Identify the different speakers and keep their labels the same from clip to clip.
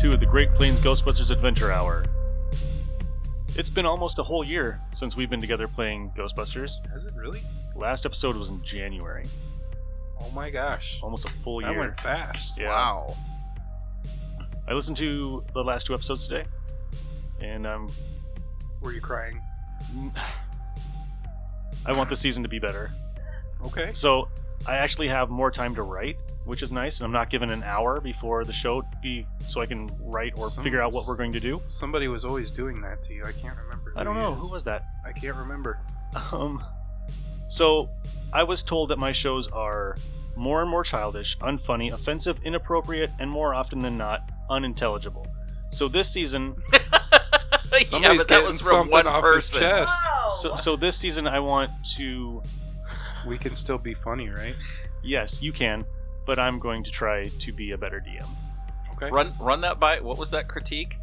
Speaker 1: two of the Great Plains Ghostbusters Adventure Hour. It's been almost a whole year since we've been together playing Ghostbusters.
Speaker 2: Has it really?
Speaker 1: The last episode was in January,
Speaker 2: Oh my gosh.
Speaker 1: almost a full
Speaker 2: That
Speaker 1: year.
Speaker 2: went fast.
Speaker 1: Yeah.
Speaker 2: Wow.
Speaker 1: I listened to the last two episodes today, and um, I'm.
Speaker 2: Were you crying?
Speaker 1: I want the season to be better.
Speaker 2: Okay.
Speaker 1: So I actually have more time to write, which is nice, and I'm not given an hour before the show be so I can write or
Speaker 2: Some-
Speaker 1: figure out what we're going to do.
Speaker 2: Somebody was always doing that to you. I can't remember. Who
Speaker 1: I don't
Speaker 2: it
Speaker 1: know
Speaker 2: is.
Speaker 1: who was that.
Speaker 2: I can't remember.
Speaker 1: Um, so I was told that my shows are more and more childish, unfunny, offensive, inappropriate, and more often than not, unintelligible. So this season,
Speaker 3: yeah, but that
Speaker 2: getting
Speaker 3: was from
Speaker 2: something
Speaker 3: one
Speaker 2: off
Speaker 3: person.
Speaker 2: His chest.
Speaker 3: Oh.
Speaker 1: so, so this season, I want to
Speaker 2: We can still be funny, right?
Speaker 1: Yes, you can, but I'm going to try to be a better DM.
Speaker 2: Okay.
Speaker 3: Run, run that by. What was that critique?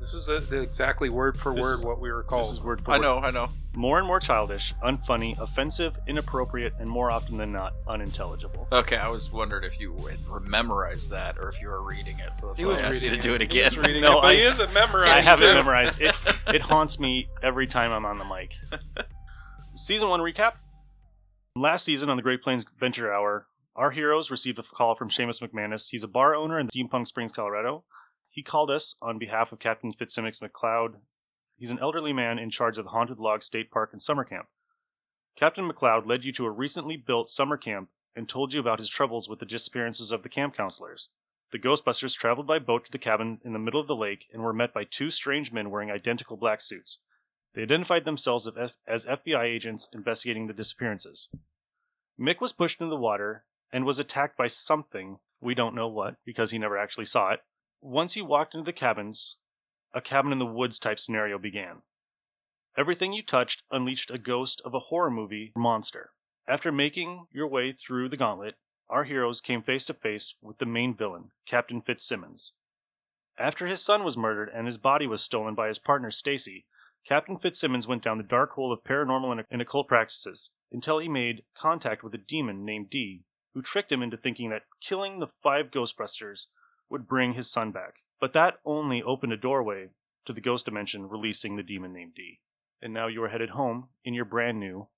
Speaker 2: This is the, the exactly word for
Speaker 1: This
Speaker 2: word
Speaker 1: is-
Speaker 2: what we were called.
Speaker 1: This is word for
Speaker 3: Oh, I
Speaker 1: word.
Speaker 3: know, I know.
Speaker 1: More and more childish, unfunny, offensive, inappropriate, and more often than not, unintelligible.
Speaker 3: Okay, I was wondering if you had memorized that or if you were reading it. So that's
Speaker 2: He
Speaker 3: why I
Speaker 2: was
Speaker 3: asked you to
Speaker 2: reading
Speaker 3: do it
Speaker 2: He
Speaker 3: again.
Speaker 2: was reading
Speaker 1: No,
Speaker 2: it, but
Speaker 1: I-
Speaker 2: he isn't memorized.
Speaker 1: I have
Speaker 2: it.
Speaker 1: it memorized. It it haunts me every time I'm on the mic. Season one recap. Last season on the Great Plains Venture Hour, our heroes received a call from Seamus McManus. He's a bar owner in Steampunk Springs, Colorado. He called us on behalf of Captain Fitzsimmons McLeod. He's an elderly man in charge of the Haunted Log State Park and Summer Camp. Captain McLeod led you to a recently built summer camp and told you about his troubles with the disappearances of the camp counselors. The Ghostbusters traveled by boat to the cabin in the middle of the lake and were met by two strange men wearing identical black suits. They identified themselves as- as FBI agents investigating the disappearances. Mick was pushed into the water and was attacked by something, we don't know what, because he never actually saw it. Once you walked into the cabins, a cabin in the woods type scenario began. Everything you touched unleashed a ghost of a horror movie monster. After making your way through the gauntlet, our heroes came face to face with the main villain, Captain Fitzsimmons. After his son was murdered and his body was stolen by his partner Stacy, Captain Fitzsimmons went down the dark hole of paranormal and- and occult practices until he made contact with a demon named Dee, who tricked him into thinking that killing the five Ghostbusters would bring his son back. But that only opened a doorway to the ghost dimension, releasing the demon named Dee. And now you are headed home in your brand new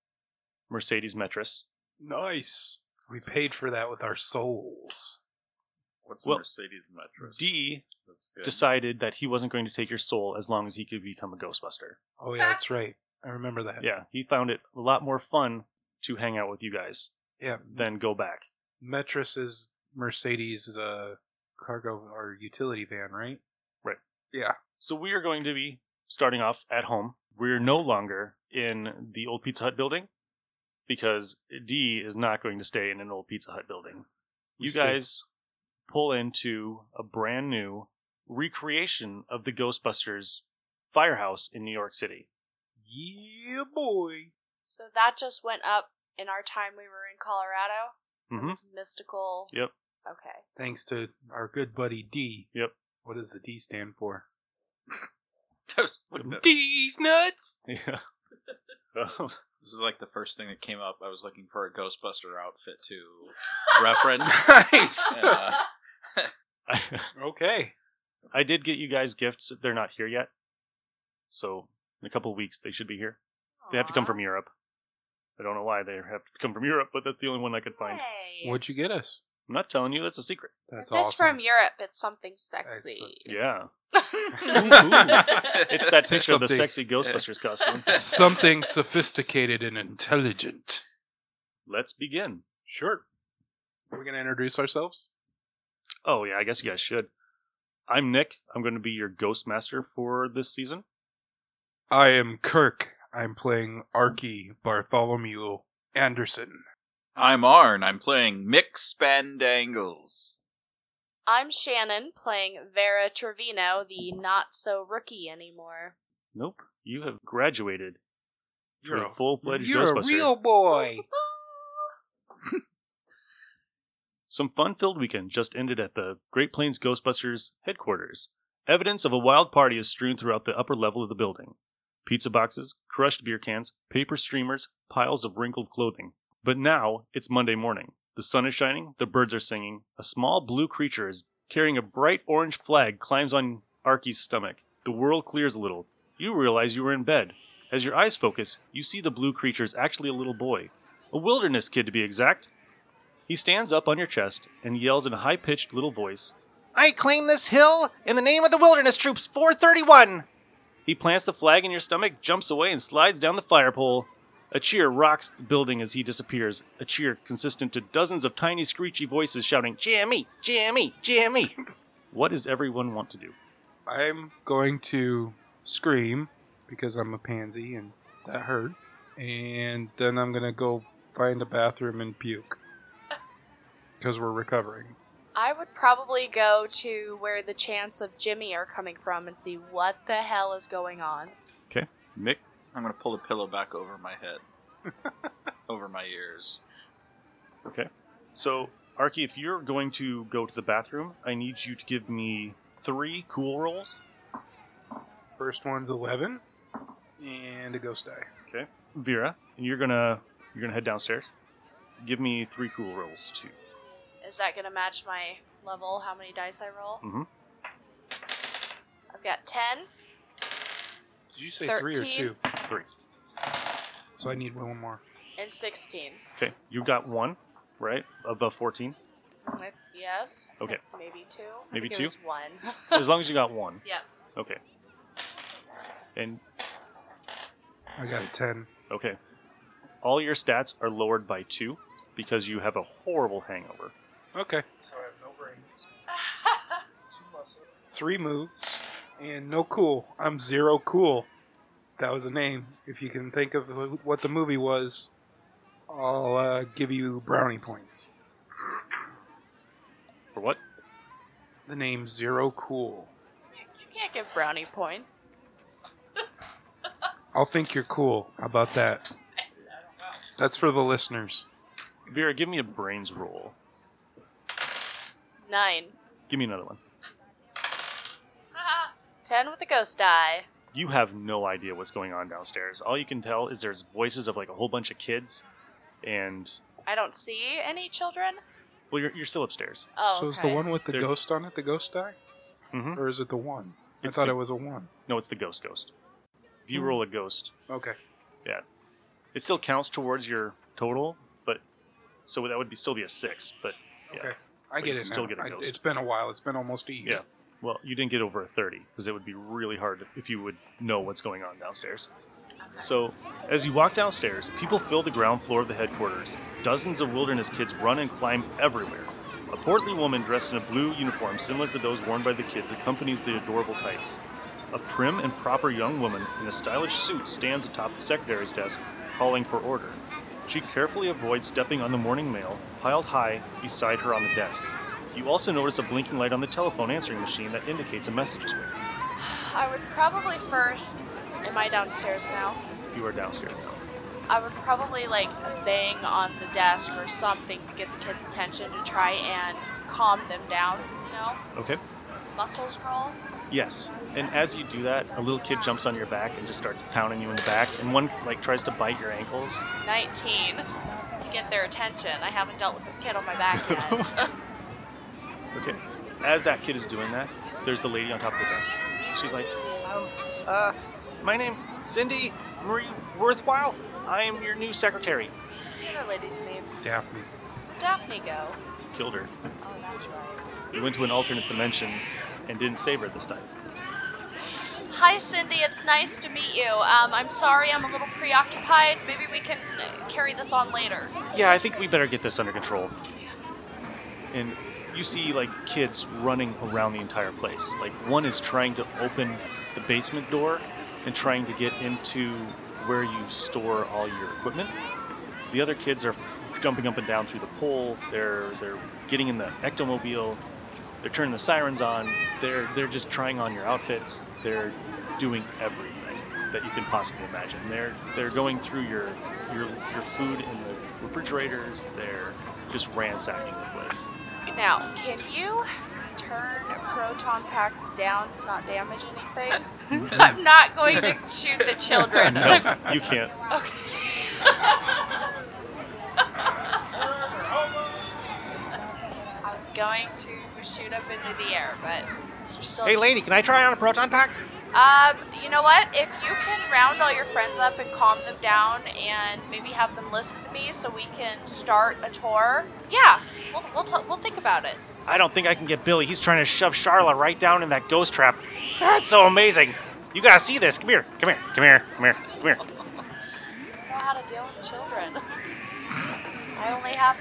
Speaker 1: Mercedes Metris.
Speaker 2: Nice. We paid for that with our souls.
Speaker 4: What's
Speaker 1: Well,
Speaker 4: the Mercedes Metris?
Speaker 1: Dee
Speaker 4: That's good.
Speaker 1: decided that he wasn't going to take your soul as long as he could become a Ghostbuster.
Speaker 2: Oh yeah, that's right. I remember that.
Speaker 1: Yeah, he found it a lot more fun to hang out with you guys
Speaker 2: Yeah.
Speaker 1: than go back.
Speaker 2: Metris is Mercedes' uh, cargo or utility van, right?
Speaker 1: Right.
Speaker 2: Yeah.
Speaker 1: So we are going to be starting off at home. We're no longer in the old Pizza Hut building because D is not going to stay in an old Pizza Hut building.
Speaker 2: We
Speaker 1: You
Speaker 2: stayed-
Speaker 1: guys pull into a brand new recreation of the Ghostbusters firehouse in New York City.
Speaker 2: Yeah, boy.
Speaker 5: So that just went up in our time we were in Colorado.
Speaker 1: Mhm.
Speaker 5: It was mystical.
Speaker 1: Yep.
Speaker 5: Okay.
Speaker 2: Thanks to our good buddy D.
Speaker 1: Yep.
Speaker 2: What does the D stand for?
Speaker 3: I was looking at-
Speaker 2: D's nuts.
Speaker 1: Yeah.
Speaker 3: this is like the first thing that came up. I was looking for a Ghostbuster outfit to reference.
Speaker 2: nice.
Speaker 3: And, uh,
Speaker 1: I,
Speaker 2: okay.
Speaker 1: I did get you guys gifts. They're not here yet. So in a couple of weeks they should be here. They have to come from Europe. I don't know why they have to come from Europe, but that's the only one I could find.
Speaker 5: Hey.
Speaker 2: What'd you get us?
Speaker 1: I'm not telling you. That's a secret.
Speaker 2: That's
Speaker 5: if it's
Speaker 2: awesome.
Speaker 5: from Europe, it's something sexy.
Speaker 1: Yeah.
Speaker 2: Ooh.
Speaker 1: It's that picture of the
Speaker 2: Something.
Speaker 1: sexy Ghostbusters costume.
Speaker 2: Something sophisticated and intelligent.
Speaker 1: Let's begin.
Speaker 2: Sure. We're gonna introduce ourselves.
Speaker 1: Oh, yeah, I guess you guys should. I'm Nick. I'm going to be your ghost master for this season.
Speaker 2: I am Kirk. I'm playing Archie Bartholomew Anderson.
Speaker 3: I'm Arn. I'm playing Mick Spandangles.
Speaker 5: I'm Shannon playing Vera Trevino, the not so rookie anymore.
Speaker 1: Nope. You have graduated.
Speaker 2: You're
Speaker 1: to
Speaker 2: a-
Speaker 1: full fledged
Speaker 2: You're a
Speaker 1: Ghostbuster.
Speaker 2: real boy.
Speaker 1: Some fun filled weekend just ended at the Great Plains Ghostbusters headquarters. Evidence of a wild party is strewn throughout the upper level of the building pizza boxes, crushed beer cans, paper streamers, piles of wrinkled clothing. But now it's Monday morning. The sun is shining, the birds are singing, a small blue creature is carrying a bright orange flag, climbs on Arky's stomach. The world clears a little. You realize you were in bed. As your eyes focus, you see the blue creature is actually a little boy. A wilderness kid, to be exact. He stands up on your chest and yells in a high pitched little voice I claim this hill in the name of the Wilderness Troops 431! He plants the flag in your stomach, jumps away, and slides down the fire pole. A cheer rocks the building as he disappears, a cheer consistent to dozens of tiny screechy voices shouting, Jimmy! Jimmy! Jimmy! what does everyone want to do?
Speaker 2: I'm going to scream because I'm a pansy and that hurt. And then I'm going to go find a bathroom and puke because we're recovering.
Speaker 5: I would probably go to where the chants of Jimmy are coming from and see what the hell is going on.
Speaker 1: Mick?
Speaker 3: I'm gonna pull the pillow back over my head, over my ears.
Speaker 1: Okay. So, Arky, if you're going to go to the bathroom, I need you to give me three cool rolls.
Speaker 2: First one's 11 and a ghost die.
Speaker 1: Vera, and you're gonna you're gonna head downstairs. Give me three cool rolls too.
Speaker 5: Is that going to match my level, how many dice I roll?
Speaker 1: Mhm.
Speaker 5: I've got 10.
Speaker 2: Did you say three or
Speaker 5: 13.
Speaker 2: two?
Speaker 1: Three.
Speaker 2: So I need one more.
Speaker 5: and 16.
Speaker 1: Okay. You got one, right? Above fourteen.
Speaker 5: Like, Yes.
Speaker 1: Okay.
Speaker 5: Maybe two. I
Speaker 1: Maybe
Speaker 5: think
Speaker 1: two?
Speaker 5: It was one.
Speaker 1: As long as you got one.
Speaker 5: Yep.
Speaker 1: Okay. And
Speaker 2: I got a 10.
Speaker 1: okay. All your stats are lowered by two because you have a horrible hangover.
Speaker 2: Okay.
Speaker 4: So I have no brain, two muscles.
Speaker 2: Three moves and no cool. I'm zero cool. That was a name. If you can think of wh- what the movie was, I'll uh, give you brownie points.
Speaker 1: For what?
Speaker 2: The name Zero Cool.
Speaker 5: you can't give brownie points.
Speaker 2: I'll think you're cool. How about that? That's for the listeners.
Speaker 1: Vera, give me a brains roll.
Speaker 5: Nine.
Speaker 1: Give me another one.
Speaker 5: Ten with a ghost eye.
Speaker 1: you have no idea what's going on downstairs. All you can tell is there's voices of like a whole bunch of kids, and
Speaker 5: I don't see any children.
Speaker 1: well, you're, you're still upstairs.
Speaker 5: Oh,
Speaker 2: so is the
Speaker 5: okay.
Speaker 2: one with the
Speaker 1: There-
Speaker 2: ghost on it the ghost die?
Speaker 1: Mhm.
Speaker 2: Or is it the one?
Speaker 1: It's
Speaker 2: I thought
Speaker 1: the-
Speaker 2: it was a one.
Speaker 1: No, it's the ghost ghost. If you
Speaker 2: Hmm.
Speaker 1: roll a ghost,
Speaker 2: Okay.
Speaker 1: it still counts towards your total, but so that would be still be a six. But Yeah.
Speaker 2: Okay. I
Speaker 1: But
Speaker 2: get
Speaker 1: you
Speaker 2: it
Speaker 1: still
Speaker 2: now.
Speaker 1: get a
Speaker 2: I-
Speaker 1: ghost.
Speaker 2: it's been a while. It's been almost a year.
Speaker 1: Yeah. well, you didn't get over a thirty because it would be really hard if you would know what's going on downstairs. So, as you walk downstairs, people fill the ground floor of the headquarters. Dozens of wilderness kids run and climb everywhere. A portly woman dressed in a blue uniform similar to those worn by the kids accompanies the adorable types. A prim and proper young woman in a stylish suit stands atop the secretary's desk, calling for order. She carefully avoids stepping on the morning mail, piled high beside her on the desk. You also notice a blinking light on the telephone answering machine that indicates a message is waiting.
Speaker 5: I would probably first. Am I downstairs now?
Speaker 1: You are downstairs now.
Speaker 5: I would probably like bang on the desk or something to get the kids' attention to try and calm them down. You know,
Speaker 1: Okay?
Speaker 5: muscles roll.
Speaker 1: Yes. And as you do that, a little kid jumps on your back and just starts pounding you in the back, and one like tries to bite your ankles.
Speaker 5: 19 to get their attention. I haven't dealt with this kid on my back yet.
Speaker 1: Okay. As that kid is doing that, there's the lady on top of the desk. She's like, um, uh, my name Cindy Marie Worthwhile. I am your new secretary.
Speaker 5: What's the other lady's name?
Speaker 2: Daphne.
Speaker 5: Where'd Daphne go?
Speaker 1: Killed her.
Speaker 5: Oh, that's right.
Speaker 1: You went to an alternate dimension and didn't save her this time.
Speaker 5: Hi, Cindy. It's nice to meet you. Um, I'm sorry I'm a little preoccupied. Maybe we can uh, carry this on later.
Speaker 1: Yeah, I think we better get this under control. And you see like kids running around the entire place. Like one is trying to open the basement door and trying to get into where you store all your equipment. The other kids are jumping up and down through the pole. They're they're getting in the ectomobile. They're turning the sirens on. They're they're just trying on your outfits. They're doing everything that you can possibly imagine. They're they're going through your your your food in the refrigerators. They're just ransacking the place.
Speaker 5: Now, can you turn proton packs down to not damage anything? I'm not going to shoot the children.
Speaker 1: No, you can't.
Speaker 5: Okay. I was going to shoot up into the air, but you're still.
Speaker 6: Hey, lady, can I try on a proton pack?
Speaker 5: Um, you know what? If you can round all your friends up and calm them down, and maybe have them listen to me, so we can start a tour. Yeah, we'll we'll, t- we'll think about it.
Speaker 6: I don't think I can get Billy. He's trying to shove Charla right down in that ghost trap. That's so amazing. You gotta see this. Come here. Come here. Come here. Come here. Come here.
Speaker 5: I don't know how to deal with children. I only have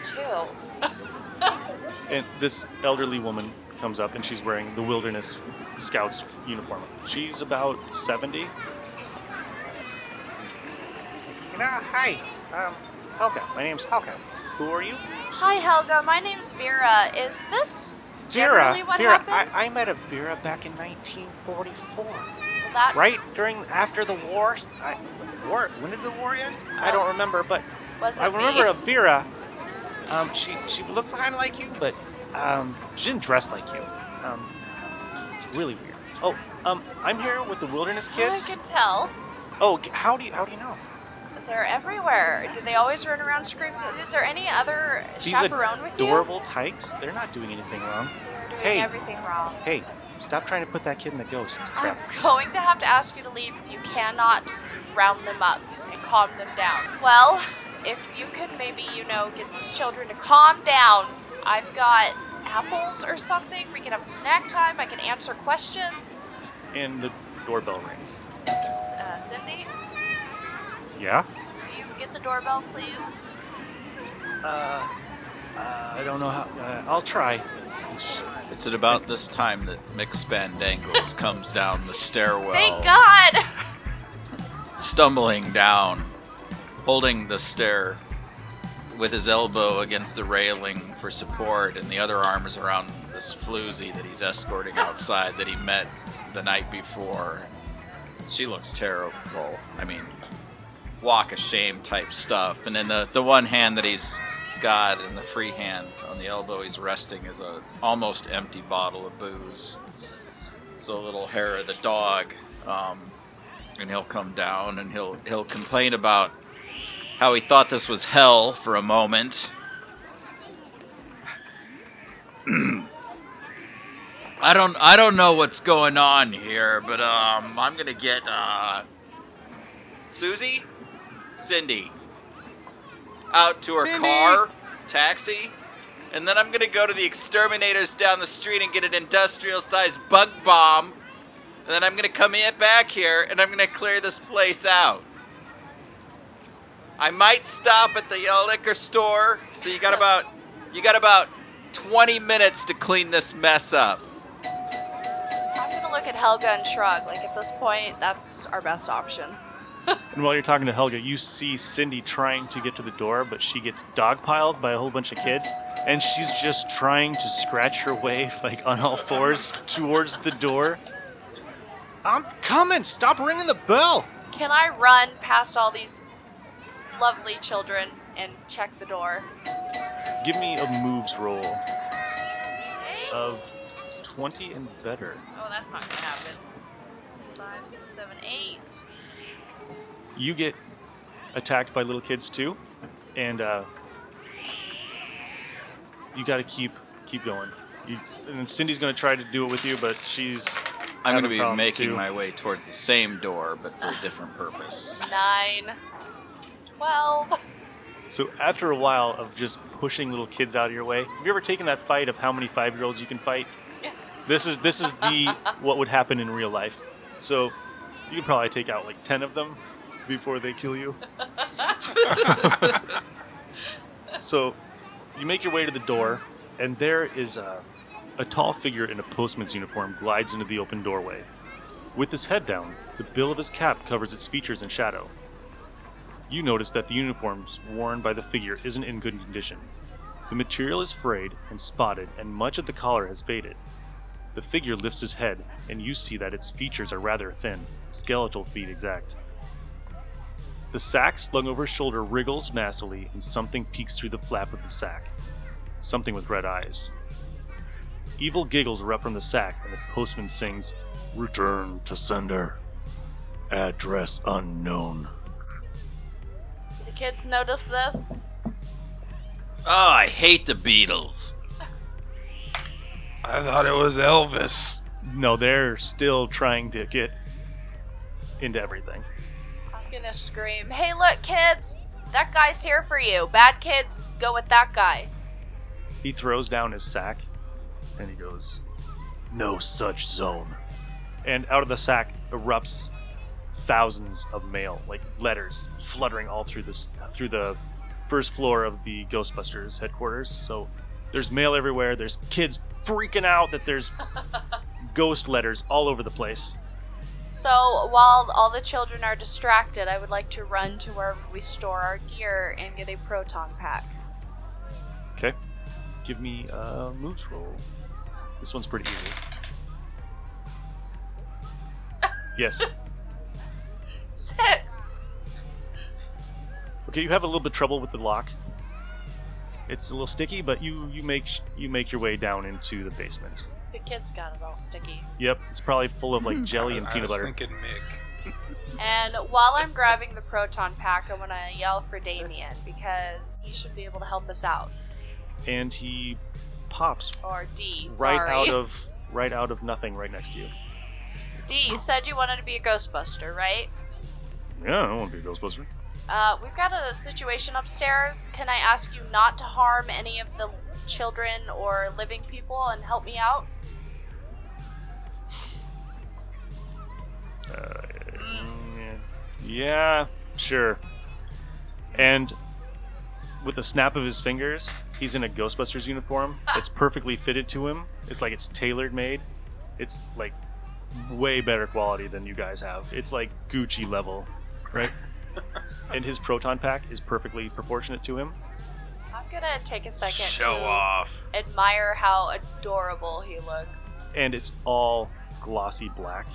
Speaker 5: two.
Speaker 1: And this elderly woman comes up and she's wearing the Wilderness Scouts uniform. She's about 70.
Speaker 6: You know, hi. Um, Helga. My name's Helga. Who are you?
Speaker 5: Hi, Helga. My name's Vera. Is this
Speaker 6: Vera.
Speaker 5: generally what
Speaker 6: Vera.
Speaker 5: happens?
Speaker 6: I, I met a Vera back in 1944.
Speaker 5: Well, that-
Speaker 6: Right during after the war. I, war. When did the war end? I don't remember, but
Speaker 5: Was it
Speaker 6: I remember
Speaker 5: me?
Speaker 6: a Vera. Um, she she looked kind of like you, but um, she didn't dress like you. Um, it's really weird. Oh, um, I'm here with the Wilderness Kids.
Speaker 5: I can tell.
Speaker 6: Oh, g- how do you how do you know?
Speaker 5: They're everywhere. Do they always run around screaming? Is there any other
Speaker 6: These
Speaker 5: chaperone with
Speaker 6: adorable tykes. They're not doing anything wrong.
Speaker 5: you? They're doing
Speaker 6: hey.
Speaker 5: everything wrong.
Speaker 6: Hey, stop trying to put that kid in the ghost
Speaker 5: I'm
Speaker 6: trap.
Speaker 5: going to have to ask you to leave if you cannot round them up and calm them down. Well, if you could maybe, you know, get these children to calm down, I've got apples or something. We can have snack time. I can answer questions.
Speaker 1: And the doorbell rings.
Speaker 5: S- Uh, Cindy,
Speaker 1: Yeah?
Speaker 5: will you get the doorbell, please?
Speaker 6: Uh, uh, I don't know how. Uh, I'll try.
Speaker 3: It's at about this time that Mick Spandangles comes down the stairwell.
Speaker 5: Thank God!
Speaker 3: stumbling down, holding the stair with his elbow against the railing for support, and the other arm is around this floozy that he's escorting outside that he met the night before. She looks terrible. I mean, walk of shame type stuff. And then the, the one hand that he's got and the free hand on the elbow he's resting is a almost empty bottle of booze. So a little hair of the dog. Um, and he'll come down and he'll he'll complain about how he thought this was hell for a moment. I don't I don't know what's going on here, but um I'm gonna get uh Susie, Cindy, out to her car, taxi, and then I'm gonna go to the exterminators down the street and get an industrial-sized bug bomb and then I'm gonna come in back here and I'm gonna clear this place out. I might stop at the uh, liquor store, so you got about you got about 20 minutes to clean this mess up.
Speaker 5: I'm gonna look at Helga and shrug. Like, at this point, that's our best option.
Speaker 1: And while you're talking to Helga, you see Cindy trying to get to the door, but she gets dogpiled by a whole bunch of kids, and she's just trying to scratch her way, like on all fours, towards the door.
Speaker 6: I'm coming. Stop ringing the bell.
Speaker 5: Can I run past all these lovely children and check the door?
Speaker 1: Give me a moves roll of 20 and better.
Speaker 5: Oh, that's not gonna happen. Five, six, seven, eight.
Speaker 1: You get attacked by little kids too, and uh, you got to keep keep going. You, and Cindy's gonna try to do it with you, but she's
Speaker 3: I'm
Speaker 1: Having
Speaker 3: gonna be
Speaker 1: problems,
Speaker 3: making
Speaker 1: too.
Speaker 3: my way towards the same door, but for a different purpose.
Speaker 5: Nine. Twelve.
Speaker 1: So after a while of just pushing little kids out of your way, have you ever taken that fight of how many five-year-olds you can fight?
Speaker 5: Yeah.
Speaker 1: This is this is the what would happen in real life. So you can probably take out like ten of them before they kill you. so you make your way to the door, and there is a, a tall figure in a postman's uniform glides into the open doorway. With his head down, the bill of his cap covers its features in shadow you notice that the uniforms worn by the figure isn't in good condition. The material is frayed and spotted, and much of the collar has faded. The figure lifts his head, and you see that its features are rather thin, skeletal to be exact. The sack slung over his shoulder wriggles nastily, and something peeks through the flap of the sack. Something with red eyes. Evil giggles erupt from the sack, and the postman sings, Return to sender. Address unknown.
Speaker 5: The kids notice this.
Speaker 3: Oh, I hate the Beatles.
Speaker 2: I thought it was Elvis.
Speaker 1: No, they're still trying to get into everything.
Speaker 5: I'm gonna scream, hey, look, kids! That guy's here for you. Bad kids, go with that guy.
Speaker 1: He throws down his sack and he goes, No such zone. And out of the sack erupts thousands of mail, like letters fluttering all through this through the first floor of the Ghostbusters headquarters. So there's mail everywhere, there's kids freaking out that there's ghost letters all over the place.
Speaker 5: So while all the children are distracted, I would like to run to wherever we store our gear and get a proton pack.
Speaker 1: Give me a moves roll. This one's pretty easy. Yes.
Speaker 5: Six.
Speaker 1: Okay, you have a little bit of trouble with the lock. It's a little sticky, but you you make sh- you make your way down into the basement.
Speaker 5: The kids got it all sticky.
Speaker 1: Yep, it's probably full of like jelly and
Speaker 2: I
Speaker 1: peanut
Speaker 2: was
Speaker 1: butter.
Speaker 2: thinking Mick.
Speaker 5: And while I'm grabbing the proton pack, I want to yell for Damien because he should be able to help us out.
Speaker 1: and he pops
Speaker 5: Or D, sorry.
Speaker 1: right out of right out of nothing right next to you.
Speaker 5: D, you said you wanted to be a Ghostbuster, right?
Speaker 1: Yeah, I want to be a Ghostbuster.
Speaker 5: Uh, we've got a situation upstairs. Can I ask you not to harm any of the children or living people and help me out?
Speaker 1: Mm, yeah. yeah, sure. And with a snap of his fingers, he's in a Ghostbusters uniform. It's perfectly fitted to him. It's like it's tailored made. It's like way better quality than you guys have. It's like Gucci level, right? and his proton pack is perfectly proportionate to him.
Speaker 5: I'm gonna take a second
Speaker 3: Show
Speaker 5: to
Speaker 3: off.
Speaker 5: admire how adorable he looks.
Speaker 1: and it's all glossy black.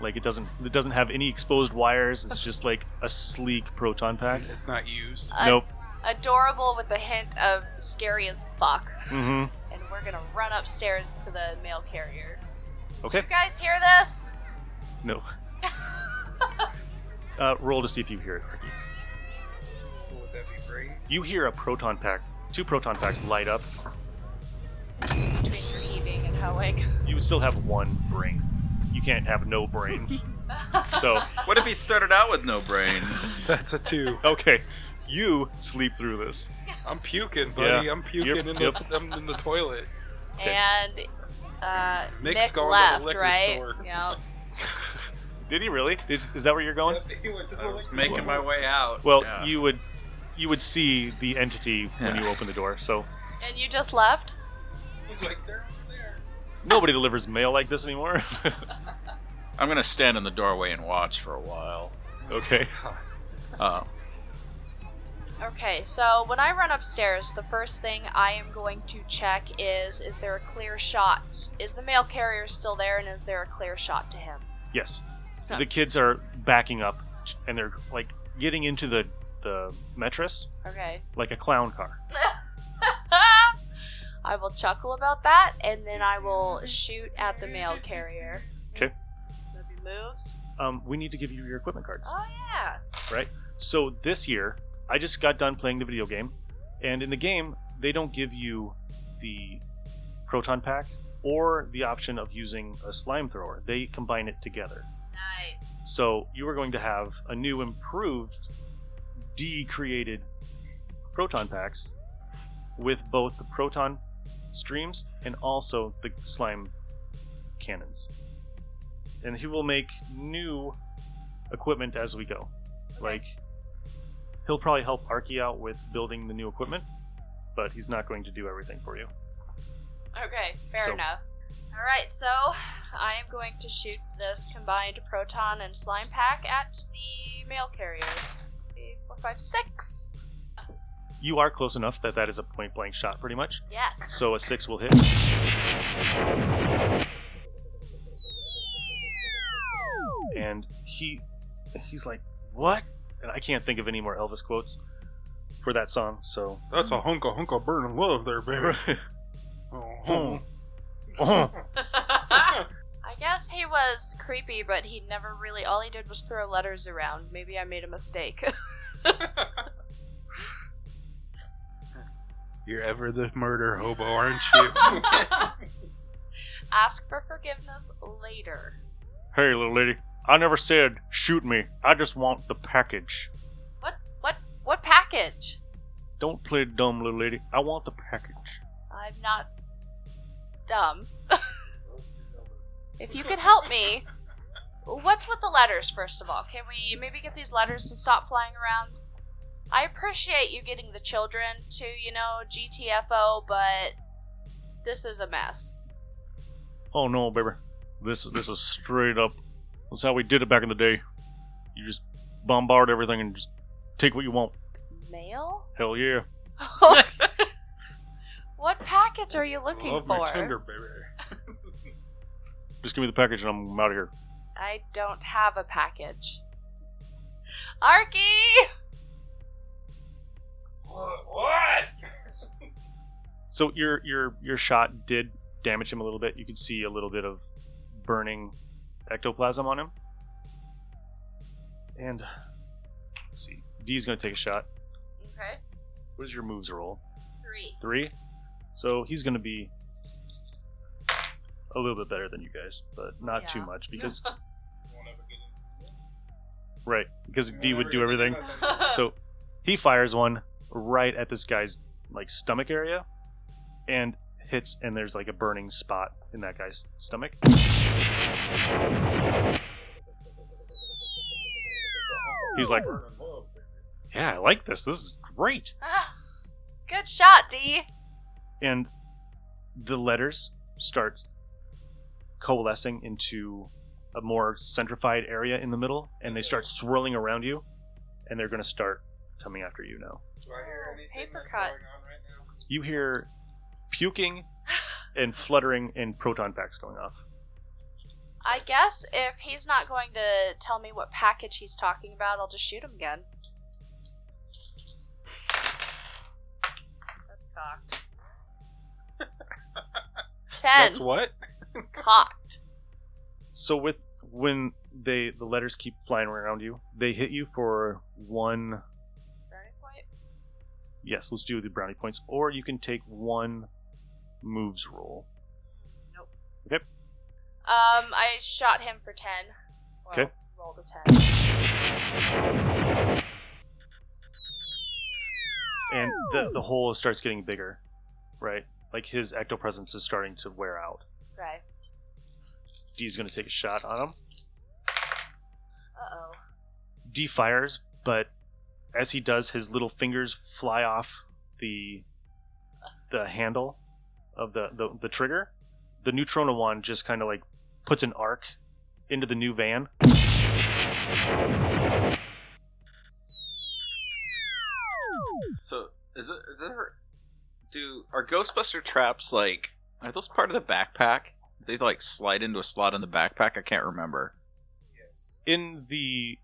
Speaker 1: Like it doesn't it doesn't have any exposed wires. It's just like a sleek proton pack.
Speaker 2: It's, it's not used.
Speaker 5: Uh,
Speaker 1: nope.
Speaker 5: Adorable with a hint of scary as fuck.
Speaker 1: Mm-hmm.
Speaker 5: And we're gonna run upstairs to the mail carrier.
Speaker 1: Okay.
Speaker 5: You guys hear this?
Speaker 1: No. uh, roll to see if you hear it. Arky.
Speaker 2: Would that be brains?
Speaker 1: You hear a proton pack, two proton packs light up.
Speaker 5: Between your heaving and hoeing.
Speaker 1: You would still have one brain. You can't have no brains. so
Speaker 3: What if he started out with no brains?
Speaker 2: That's a two.
Speaker 1: okay, you sleep through this.
Speaker 2: I'm puking, buddy. I'm puking
Speaker 1: Yep,
Speaker 2: in,
Speaker 1: yep.
Speaker 2: the, I'm in the toilet.
Speaker 1: Okay.
Speaker 5: And uh,
Speaker 2: Mick's
Speaker 5: Mick
Speaker 2: going to the
Speaker 5: left,
Speaker 2: liquor
Speaker 5: right?
Speaker 2: store.
Speaker 5: Yep.
Speaker 1: Did he really? Is, is that where you're going?
Speaker 3: I was making my way out.
Speaker 1: Well,
Speaker 3: Yeah.
Speaker 1: you would, you would see the entity when
Speaker 3: Yeah.
Speaker 1: you open the door. So
Speaker 5: And you just left?
Speaker 2: He's like, they're over there.
Speaker 1: nobody delivers mail like this anymore.
Speaker 3: I'm gonna stand in the doorway and watch for a while.
Speaker 1: okay.
Speaker 3: Oh,
Speaker 5: Okay, so when I run upstairs, the first thing I am going to check is is there a clear shot? Is the mail carrier still there and is there a clear shot to him?
Speaker 1: Yes.
Speaker 5: Huh.
Speaker 1: The kids are backing up and they're like getting into the the metris
Speaker 5: Okay.
Speaker 1: like a clown car.
Speaker 5: I will chuckle about that and then I will shoot at the mail carrier.
Speaker 1: 'Kay.
Speaker 5: Maybe moves.
Speaker 1: Um, we need to give you your equipment cards.
Speaker 5: Oh yeah.
Speaker 1: So this year, I just got done playing the video game, and in the game, they don't give you the proton pack or the option of using a slime thrower. They combine it together.
Speaker 5: Nice.
Speaker 1: So you are going to have a new improved de-created proton packs with both the proton streams and also the slime cannons. And he will make new equipment as we go. Like he'll probably help Arky out with building the new equipment, but he's not going to do everything for you.
Speaker 5: Okay, fair
Speaker 1: So-
Speaker 5: enough. Alright, so I am going to shoot this combined proton and slime pack at the mail carrier. Three, four, five, six.
Speaker 1: You are close enough that that is a point blank shot pretty much.
Speaker 5: Yes.
Speaker 1: So a 6 will hit. And he he's like, "What?" And I can't think of any more Elvis quotes for that song, so
Speaker 2: That's a hunk of hunk of burning love there, baby.
Speaker 1: Oh.
Speaker 2: Oh,
Speaker 5: I guess he was creepy, but he never really. All he did was throw letters around. Maybe I made a mistake.
Speaker 2: You're ever the murder hobo, aren't you?
Speaker 5: Ask for forgiveness later.
Speaker 1: Hey, little lady. I never said shoot me. I just want the package.
Speaker 5: What? What? What package?
Speaker 1: Don't play dumb, little lady. I want the package.
Speaker 5: I'm not dumb. if you could help me, what's with the letters? First of all, can we maybe get these letters to stop flying around? I appreciate you getting the children to, you know, GTFO, but this is a mess.
Speaker 1: Oh no, baby. This this is straight up. That's how we did it back in the day. You just bombard everything and just take what you want.
Speaker 5: Mail?
Speaker 1: Hell yeah.
Speaker 5: what package are you looking
Speaker 2: Love
Speaker 5: for?
Speaker 2: my Tinder, baby.
Speaker 1: Just give me the package and I'm out of here.
Speaker 5: I don't have a package. Arky!
Speaker 4: What?
Speaker 1: So your your your shot did damage him a little bit. You could see a little bit of burning ectoplasm on him. And let's see. D's gonna take a shot.
Speaker 5: Okay.
Speaker 1: What is your moves roll?
Speaker 5: Three.
Speaker 1: Three. So he's gonna be a little bit better than you guys, but not too
Speaker 5: Yeah.
Speaker 1: much because right because D would do everything. so he fires one right at this guy's like stomach area and hits and there's like a burning spot in that guy's stomach he's like yeah i like this this is great
Speaker 5: Ah, Good shot, D.
Speaker 1: and the letters start coalescing into a more centrified area in the middle and they start swirling around you and they're going to start coming after you now
Speaker 2: Do I hear anything
Speaker 5: Paper
Speaker 2: that's going
Speaker 5: cuts.
Speaker 2: on right now?
Speaker 1: you hear puking and fluttering and proton packs going off.
Speaker 5: I guess if he's not going to tell me what package he's talking about, I'll just shoot him again. That's cocked. Ten.
Speaker 2: That's what?
Speaker 5: cocked.
Speaker 1: So with when they the letters keep flying around you, they hit you for one.
Speaker 5: Brownie point?
Speaker 1: Yes, let's do the brownie points, or you can take one moves roll.
Speaker 5: Um, I shot him for ten. Well,
Speaker 1: Okay.
Speaker 5: Rolled a ten.
Speaker 1: and the the hole starts getting bigger, right? Like his ectopresence is starting to wear out.
Speaker 5: Right.
Speaker 1: D's gonna take a shot on him.
Speaker 5: Uh oh.
Speaker 1: D fires, but as he does, his little fingers fly off the the handle of the the, the trigger. The Neutrona one just kind of like puts an arc into the new van.
Speaker 3: So is it is there do are Ghostbuster traps like are those part of the backpack? They like slide into a slot in the backpack. I can't remember.
Speaker 1: In the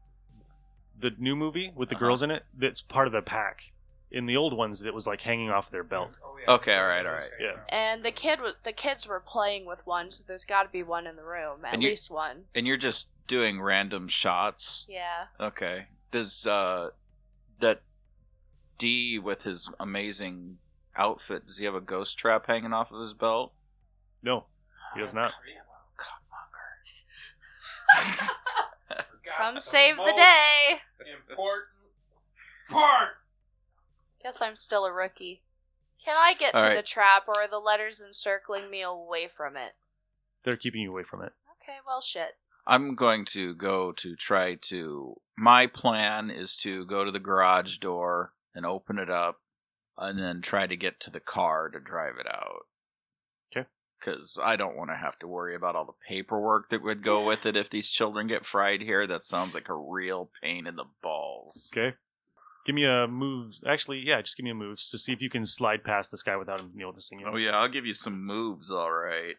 Speaker 1: the new movie with the
Speaker 3: Uh-huh.
Speaker 1: girls in it, that's part of the pack. In the old ones, that was like hanging off their belt.
Speaker 2: Oh, yeah.
Speaker 3: Okay, all right, all right.
Speaker 1: Yeah.
Speaker 5: And the kid, wa- the kids were playing with one, so there's got to be one in the room, at
Speaker 3: And you-
Speaker 5: least one.
Speaker 3: And you're just doing random shots.
Speaker 5: Yeah.
Speaker 3: Okay. Does uh that D with his amazing outfit? Does he have a ghost trap hanging off of his belt?
Speaker 1: No, he does not.
Speaker 5: Come save the day.
Speaker 2: Important part.
Speaker 5: Guess I'm still a rookie. Can I get to
Speaker 3: Alright.
Speaker 5: the trap, or are the letters encircling me away from it?
Speaker 1: They're keeping you away from it.
Speaker 5: Okay, well, shit.
Speaker 3: I'm going to go to try to. My plan is to go to the garage door and open it up, and then try to get to the car to drive it out.
Speaker 1: 'Kay.
Speaker 3: Because I don't want to have to worry about all the paperwork that would go with it if these children get fried here. That sounds like a real pain in the balls.
Speaker 1: Okay. Give me a move. Actually, yeah, just give me a move to see if you can slide past this guy without him noticing you.
Speaker 3: Oh yeah, I'll give you some moves. All right,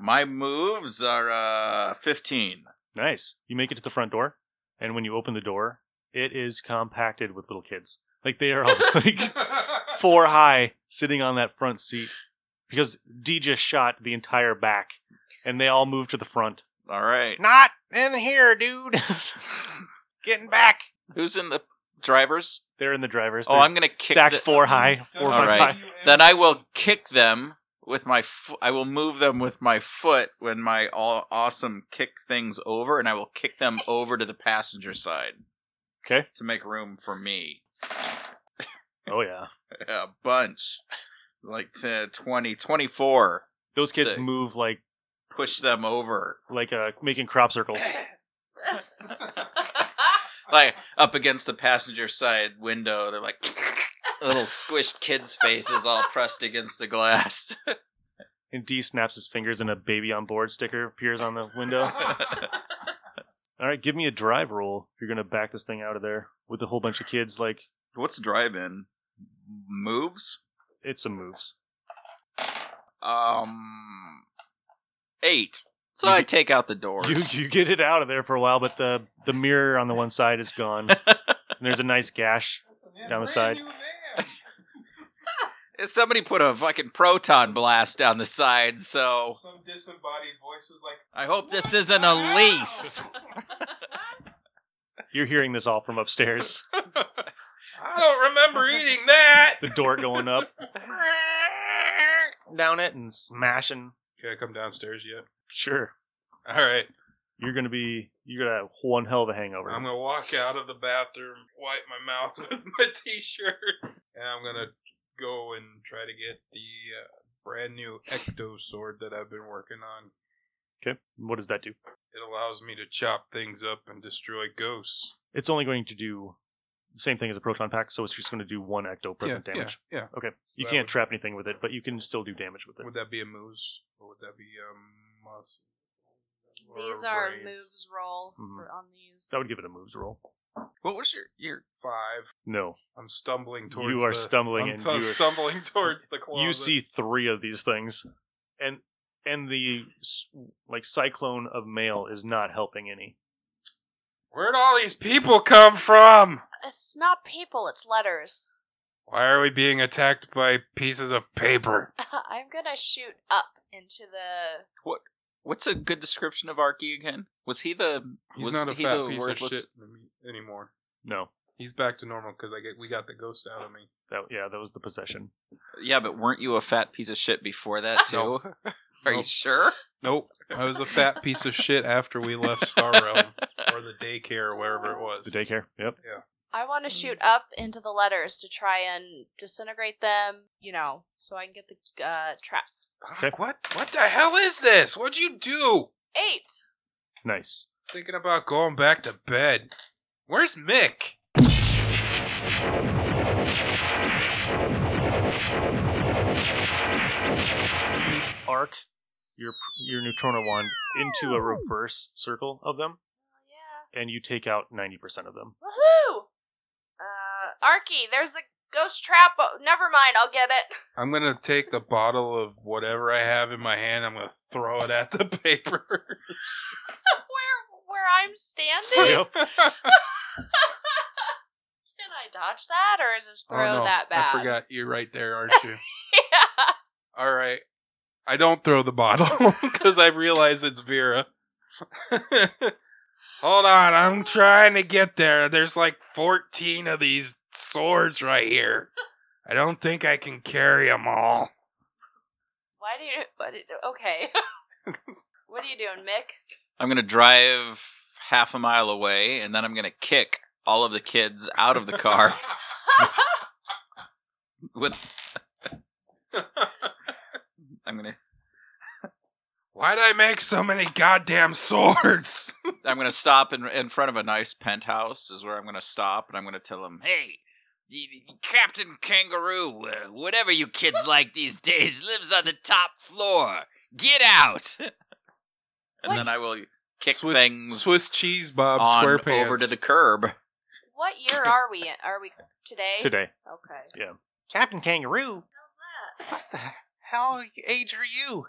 Speaker 3: my moves are uh, fifteen.
Speaker 1: Nice. You make it to the front door, and when you open the door, it is compacted with little kids. Like they are all like four high sitting on that front seat because D just shot the entire back, and they all moved to the front.
Speaker 3: All right,
Speaker 1: Not in here, dude. Getting back.
Speaker 3: who's in the drivers?
Speaker 1: They're in the drivers.
Speaker 3: Oh,
Speaker 1: They're
Speaker 3: I'm gonna kick
Speaker 1: stacked
Speaker 3: the-
Speaker 1: four high, four or
Speaker 3: All
Speaker 1: five
Speaker 3: right.
Speaker 1: high.
Speaker 3: Then I will kick them with my fo- I will move them with my foot when my aw- awesome kick things over, and I will kick them over to the passenger side.
Speaker 1: Okay.
Speaker 3: To make room for me.
Speaker 1: Oh yeah.
Speaker 3: A bunch. Like uh, to 20, 24.
Speaker 1: Those kids
Speaker 3: Sick.
Speaker 1: move like
Speaker 3: Push them over.
Speaker 1: like uh, making crop circles.
Speaker 3: Like up against the passenger side window. They're like little squished kids' faces all pressed against the glass.
Speaker 1: And D snaps his fingers, and a baby on board sticker appears on the window. All right, give me a drive roll. If you're gonna back this thing out of there with a whole bunch of kids, like
Speaker 3: What's drive in? Moves?
Speaker 1: it's some moves.
Speaker 3: Um, eight. So
Speaker 1: You
Speaker 3: I
Speaker 1: get-
Speaker 3: take out the
Speaker 1: You,
Speaker 3: doors.
Speaker 1: you get it out of there for a while, but the the mirror on the one side is gone, and there's a nice gash. Down the side.
Speaker 3: Somebody put a fucking proton blast down the side, so
Speaker 2: Some disembodied voice was like,
Speaker 3: I hope this isn't a lease.
Speaker 1: You're hearing this all from upstairs.
Speaker 2: I don't remember eating that.
Speaker 1: The door going up, down it, and smashing.
Speaker 2: Can I come downstairs yet?
Speaker 1: Sure,
Speaker 2: All right.
Speaker 1: you're gonna be you're gonna have one hell of a hangover.
Speaker 2: I'm gonna walk out of the bathroom, wipe my mouth with my t-shirt, and I'm gonna go and try to get the uh, brand new Ecto sword that I've been working on.
Speaker 1: okay, what does that do?
Speaker 2: It allows me to chop things up and destroy ghosts.
Speaker 1: It's only going to do the same thing as a proton pack, so it's just going to do one ecto present damage.
Speaker 2: Yeah. yeah.
Speaker 1: Okay.
Speaker 2: So
Speaker 1: you
Speaker 2: that
Speaker 1: can't
Speaker 2: would-
Speaker 1: trap anything with it, but you can still do damage with it.
Speaker 2: Would that be a moose, or would that be a muscle? Or
Speaker 5: These
Speaker 2: a
Speaker 5: are
Speaker 2: raise?
Speaker 5: moves roll
Speaker 3: Mm-hmm.
Speaker 1: Mhm.
Speaker 5: for- on these.
Speaker 1: So I would give it a moves roll.
Speaker 3: What was your your?
Speaker 2: Five.
Speaker 1: No.
Speaker 2: I'm stumbling towards.
Speaker 1: You are
Speaker 2: the-
Speaker 1: stumbling
Speaker 2: I'm
Speaker 1: and
Speaker 2: t-
Speaker 1: you are-
Speaker 2: stumbling towards the closet.
Speaker 1: you see three of these things. And and the s- like cyclone of mail is not helping any.
Speaker 2: Where'd all these people come from?
Speaker 5: It's not people, it's letters.
Speaker 2: Why are we being attacked by pieces of paper?
Speaker 5: I'm gonna shoot up into the.
Speaker 3: What's a good description of Arky again? Was he the?
Speaker 2: He's
Speaker 3: was
Speaker 2: not a
Speaker 3: he
Speaker 2: fat
Speaker 3: the
Speaker 2: piece
Speaker 3: wordless?
Speaker 2: of shit any- anymore.
Speaker 1: No.
Speaker 2: He's back to normal because I get we got the ghost out of me.
Speaker 1: That yeah, that was the possession.
Speaker 3: Yeah, but weren't you a fat piece of shit before that too?
Speaker 2: No.
Speaker 3: Are you
Speaker 2: Nope.
Speaker 3: sure?
Speaker 2: Nope, I was a fat piece of shit after we left Star Realm or the daycare or wherever it was.
Speaker 1: The daycare. Yep.
Speaker 5: I want to
Speaker 3: Mm.
Speaker 5: shoot up into the letters to try and disintegrate them, you know, so I can get the uh, trap.
Speaker 1: Okay.
Speaker 2: What? What the hell is this? What'd you do?
Speaker 5: Eight.
Speaker 1: Nice.
Speaker 2: Thinking about going back to bed. Where's Mick?
Speaker 1: Arc your your neutrona wand into a reverse circle of them
Speaker 5: Oh, Yeah.
Speaker 1: and you take out 90% of them.
Speaker 5: Woohoo! Uh, Arky, there's a ghost trap. Oh, never mind, I'll get it.
Speaker 2: I'm gonna take the bottle of whatever I have in my hand. I'm gonna throw it at the paper.
Speaker 5: where where I'm standing?
Speaker 1: Yep.
Speaker 2: Oh,
Speaker 5: Can I dodge that, or is this
Speaker 2: Oh,
Speaker 5: throw
Speaker 2: no,
Speaker 5: that bad?
Speaker 2: I forgot you're right there, aren't you?
Speaker 5: yeah.
Speaker 2: All right. I don't throw the bottle because I realize it's Vera. Hold on. I'm trying to get there. There's like 14 of these swords right here. I don't think I can carry them all.
Speaker 5: Why do you? What do you- okay. what are you doing, Mick?
Speaker 3: I'm gonna drive half a mile away, and then I'm gonna kick all of the kids out of the car with. I'm gonna
Speaker 2: Why'd I make so many goddamn swords?
Speaker 3: I'm gonna stop in in front of a nice penthouse is where I'm gonna stop, and I'm gonna tell him, "Hey, y- y- Captain Kangaroo, uh, whatever you kids like these days, lives on the top floor. Get out!" and
Speaker 5: What?
Speaker 3: then I will kick
Speaker 2: Swiss,
Speaker 3: things
Speaker 2: Swiss cheese Bob
Speaker 3: on
Speaker 2: SquarePants.
Speaker 3: over to the curb.
Speaker 5: What year are we in? Are we today?
Speaker 1: Today.
Speaker 5: Okay.
Speaker 6: Captain Kangaroo?
Speaker 5: How's that?
Speaker 6: What the hell age are you?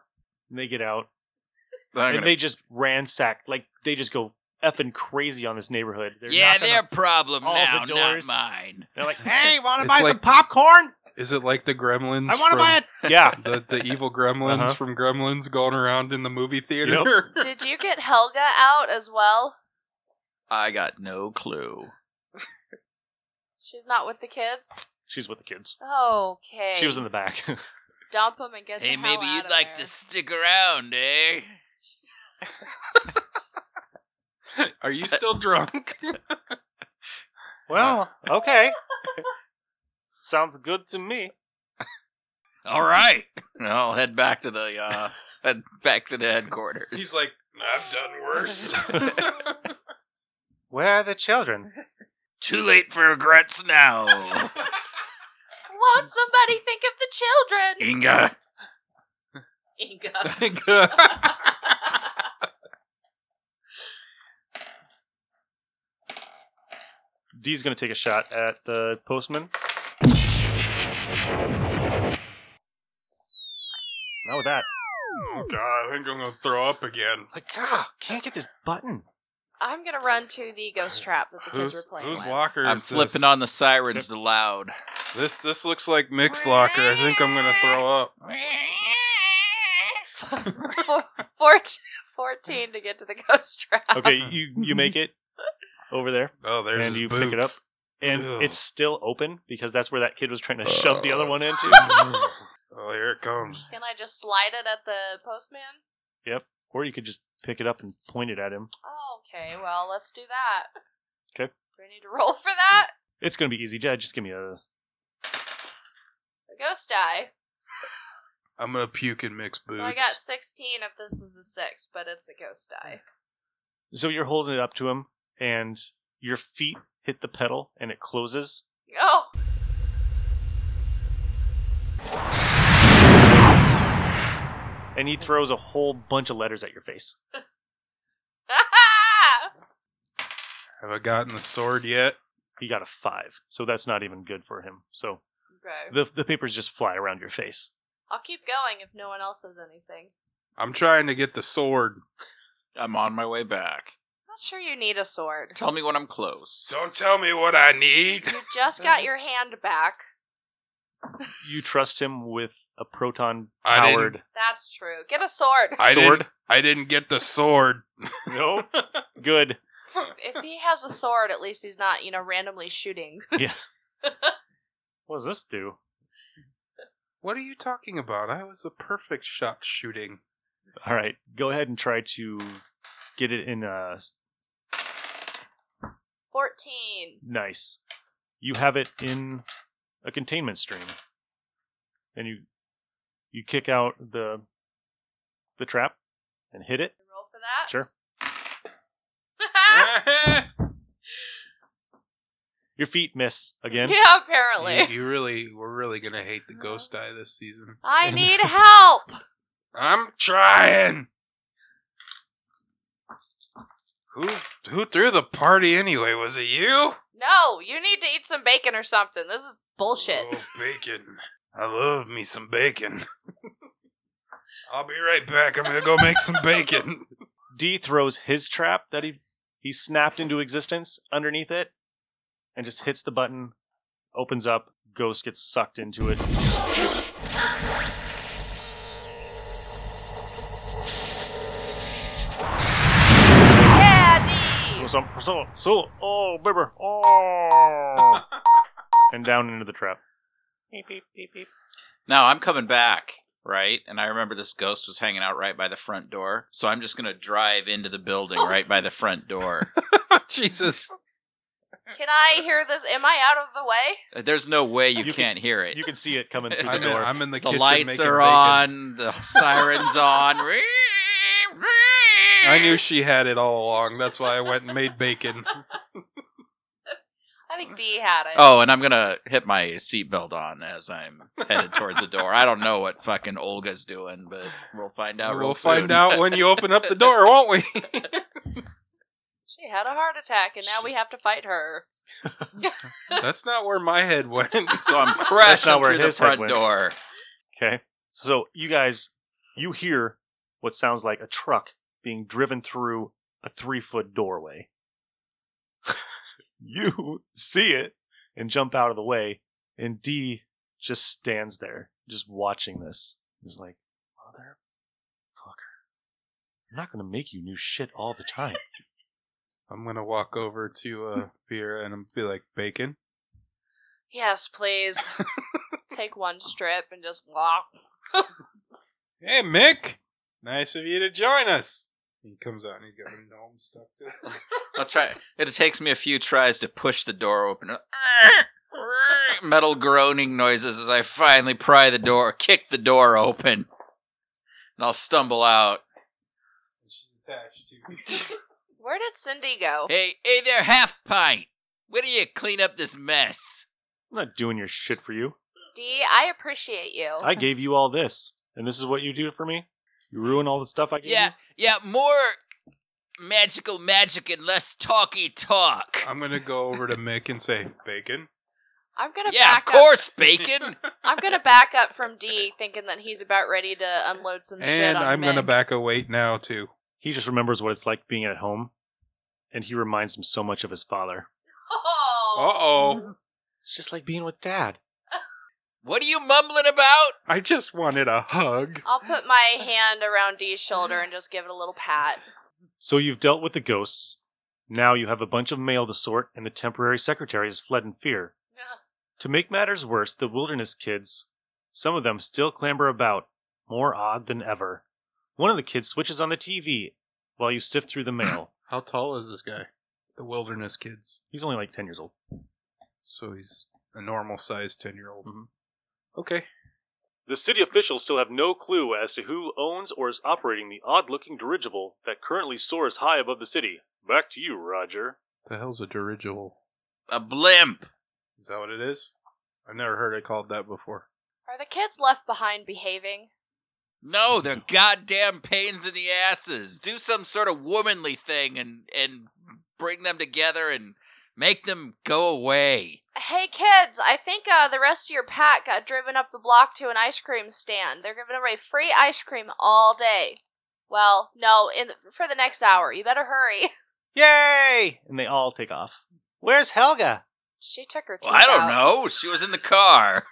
Speaker 1: And they get out
Speaker 3: Then I'm
Speaker 1: and
Speaker 3: gonna-
Speaker 1: they just ransack like they just go effing crazy on this neighborhood. They're
Speaker 3: yeah,
Speaker 1: knocking
Speaker 3: their
Speaker 1: on-
Speaker 3: problem
Speaker 1: all
Speaker 3: now,
Speaker 1: the
Speaker 3: not
Speaker 1: doors.
Speaker 3: mine.
Speaker 1: they're like,
Speaker 6: Hey, want to
Speaker 2: It's
Speaker 6: buy
Speaker 2: like-
Speaker 6: some popcorn?
Speaker 2: Is it like the gremlins?
Speaker 6: I want to
Speaker 2: from-
Speaker 6: buy it.
Speaker 1: yeah,
Speaker 2: the, the evil gremlins
Speaker 1: Uh-huh.
Speaker 2: from Gremlins going around in the movie theater.
Speaker 5: Did you get Helga out as well?
Speaker 3: I got no clue.
Speaker 5: She's not with the kids.
Speaker 1: she's with the kids.
Speaker 5: Okay.
Speaker 1: She was in the back.
Speaker 5: dump him and get
Speaker 3: Hey,
Speaker 5: the hell
Speaker 3: maybe
Speaker 5: out
Speaker 3: you'd
Speaker 5: of
Speaker 3: like
Speaker 5: there.
Speaker 3: to stick around, eh?
Speaker 2: Are you still drunk?
Speaker 1: Well, okay. Sounds good to me.
Speaker 3: All right. I'll head back to the uh, head back to the headquarters.
Speaker 2: He's like, I've done worse.
Speaker 1: Where are the children?
Speaker 3: too late for regrets now,
Speaker 5: Won't somebody think of the children?
Speaker 3: Inga.
Speaker 7: Inga.
Speaker 2: uh,
Speaker 1: Dee's gonna take a shot at the postman. Not with that.
Speaker 2: oh god, I think I'm gonna throw up again.
Speaker 1: Like, ah, can't get this button.
Speaker 5: I'm gonna run to the ghost trap that the kids
Speaker 2: Who's,
Speaker 5: were playing
Speaker 2: whose
Speaker 5: with.
Speaker 2: locker is
Speaker 3: I'm
Speaker 2: this?
Speaker 3: flipping on the sirens to loud.
Speaker 2: This this looks like Mick's locker. I think I'm gonna throw up.
Speaker 5: 14, 14 to get to the ghost trap.
Speaker 1: Okay, you you make it over there,
Speaker 2: Oh, there's
Speaker 1: And
Speaker 2: his
Speaker 1: you pick it
Speaker 2: boots.
Speaker 1: and
Speaker 2: Ew.
Speaker 1: it's still open because that's where that kid was trying to shove the other one into.
Speaker 2: oh, here it comes.
Speaker 5: Can I just slide it at the postman?
Speaker 1: Or you could just pick it up and point it at him.
Speaker 5: Oh, okay, well, let's do that.
Speaker 1: 'Kay.
Speaker 5: Do I need to roll for that?
Speaker 1: It's gonna be easy, Dad. Just give me a.
Speaker 5: The ghost die.
Speaker 2: I'm gonna puke in Mick's boots.
Speaker 5: So I got 16 if this is a 6, but it's a ghost die.
Speaker 1: So you're holding it up to him, and your feet hit the pedal, and it closes.
Speaker 5: Oh!
Speaker 1: and he throws a whole bunch of letters at your face.
Speaker 2: Have I gotten the sword yet?
Speaker 1: He got a five, so that's not even good for him. So
Speaker 5: okay.
Speaker 1: the the papers just fly around your face.
Speaker 5: I'll keep going if no one else says anything.
Speaker 2: I'm trying to get the sword.
Speaker 3: I'm on my way back.
Speaker 5: Not sure you need a sword.
Speaker 3: Tell me when I'm close.
Speaker 2: Don't tell me what I need.
Speaker 5: You just got your hand back.
Speaker 1: You trust him with a proton
Speaker 2: I didn't-
Speaker 1: powered.
Speaker 5: That's true. Get a sword.
Speaker 2: I
Speaker 1: Sword?
Speaker 2: Didn't, I didn't get the sword.
Speaker 1: No, good.
Speaker 5: if he has a sword, at least he's not, you know, randomly shooting.
Speaker 1: What does this do?
Speaker 2: What are you talking about? I was a perfect shot shooting.
Speaker 1: All right, go ahead and try to get it in. Uh,
Speaker 5: 14.
Speaker 1: nice. You have it in a containment stream, and you you kick out the the trap and hit it.
Speaker 5: Roll for that.
Speaker 1: Sure. Your feet miss again.
Speaker 5: Yeah, apparently.
Speaker 2: You, you really, we're really gonna hate the ghost eye this season.
Speaker 5: I need help.
Speaker 2: I'm trying. Who who threw the party anyway? Was it you?
Speaker 5: No, you need to eat some bacon or something. This is bullshit.
Speaker 2: Oh, bacon. I love me some bacon. I'll be right back. I'm gonna go make some bacon.
Speaker 1: D throws his trap that he he snapped into existence underneath it, and just hits the button, opens up. Ghost gets sucked into it.
Speaker 5: Yeah, D.
Speaker 1: So, so, so, oh, baby, oh, and down into the trap.
Speaker 3: Now I'm coming back, right? And I remember this ghost was hanging out right by the front door, so I'm just gonna drive into the building right by the front door.
Speaker 2: Jesus.
Speaker 5: Can I hear this? Am I out of the way?
Speaker 3: There's no way you,
Speaker 1: You can-
Speaker 3: can't hear it.
Speaker 1: You can see it coming through
Speaker 3: I
Speaker 1: the
Speaker 2: I'm in,
Speaker 1: door.
Speaker 2: I'm in the,
Speaker 3: the
Speaker 2: kitchen
Speaker 3: lights
Speaker 2: making
Speaker 3: are
Speaker 2: bacon.
Speaker 3: on, the sirens on.
Speaker 2: I knew she had it all along. That's why I went and made bacon.
Speaker 5: I think D had it.
Speaker 3: Oh, and I'm gonna hit my seatbelt on as I'm headed towards the door. I don't know what fucking Olga's doing, but we'll find out. real
Speaker 2: we'll find
Speaker 3: soon.
Speaker 2: out when you open up the door, won't we?
Speaker 5: She had a heart attack, and now we have to fight her.
Speaker 2: That's not where my head went.
Speaker 3: So I'm
Speaker 1: That's not
Speaker 3: crashing
Speaker 1: where
Speaker 3: through the
Speaker 1: his head
Speaker 3: front
Speaker 1: went.
Speaker 3: door.
Speaker 1: Okay, so you guys, you hear what sounds like a truck being driven through a three foot doorway. you see it and jump out of the way, and D just stands there, just watching this. He's like, "Mother, fucker, I'm not gonna make you new shit all the time."
Speaker 2: I'm gonna walk over to uh, Vera and I'm be like, bacon.
Speaker 5: Yes, please. Take one strip and just walk.
Speaker 2: Hey, Mick! Nice of you to join us. He comes out and he's got a gnome stuck to it.
Speaker 3: I'll try. It takes me a few tries to push the door open. Metal groaning noises as I finally pry the door, kick the door open, and I'll stumble out.
Speaker 2: She's attached to me.
Speaker 5: Where did Cindy go?
Speaker 3: Hey, hey there, half pint. Where do you clean up this mess?
Speaker 1: I'm not doing your shit for you.
Speaker 5: Dee, I appreciate you.
Speaker 1: I gave you all this, and this is what you do for me. You ruin all the stuff I gave
Speaker 3: Yeah, yeah, more magical magic and less talky talk.
Speaker 2: I'm gonna go over to Mick and say, "Bacon."
Speaker 5: I'm gonna
Speaker 3: yeah,
Speaker 5: back
Speaker 3: of course,
Speaker 5: up.
Speaker 3: bacon.
Speaker 5: I'm gonna back up from D, thinking that he's about ready to unload some shit
Speaker 2: And
Speaker 5: on
Speaker 2: I'm gonna
Speaker 5: Mick.
Speaker 2: back a weight now too.
Speaker 1: He just remembers what it's like being at home, and he reminds him so much of his father.
Speaker 2: Uh
Speaker 7: Oh.
Speaker 2: oh!
Speaker 1: It's just like being with dad.
Speaker 3: what are you mumbling about?
Speaker 2: I just wanted a hug.
Speaker 5: I'll put my hand around D's shoulder and just give it a little pat.
Speaker 1: So you've dealt with the ghosts. Now you have a bunch of mail to sort, and the temporary secretary has fled in fear. To make matters worse, the wilderness kids, some of them still clamber about, more odd than ever. One of the kids switches on the TV while you sift through the mail.
Speaker 2: How tall is this guy? The wilderness kids.
Speaker 1: He's only like 10 years old.
Speaker 2: So he's a normal sized ten year old.
Speaker 1: Mhm.
Speaker 2: Okay.
Speaker 1: The city officials still have no clue as to who owns or is operating the odd looking dirigible that currently soars high above the city. Back to you, Roger.
Speaker 2: The hell's a dirigible?
Speaker 3: A blimp.
Speaker 2: Is that what it is? I've never heard it called that before.
Speaker 5: Are the kids left behind behaving?
Speaker 3: No, they're goddamn pains in the asses. Do some sort of womanly thing and and bring them together and make them go away.
Speaker 5: Hey kids, I think uh, the rest of your pack got driven up the block to an ice cream stand. They're giving away free ice cream all day. Well, no, in for the next hour. You better hurry.
Speaker 1: Yay! And they all take off. Where's Helga?
Speaker 5: She took her teeth
Speaker 3: Well, I don't
Speaker 5: out.
Speaker 3: know. She was in the car.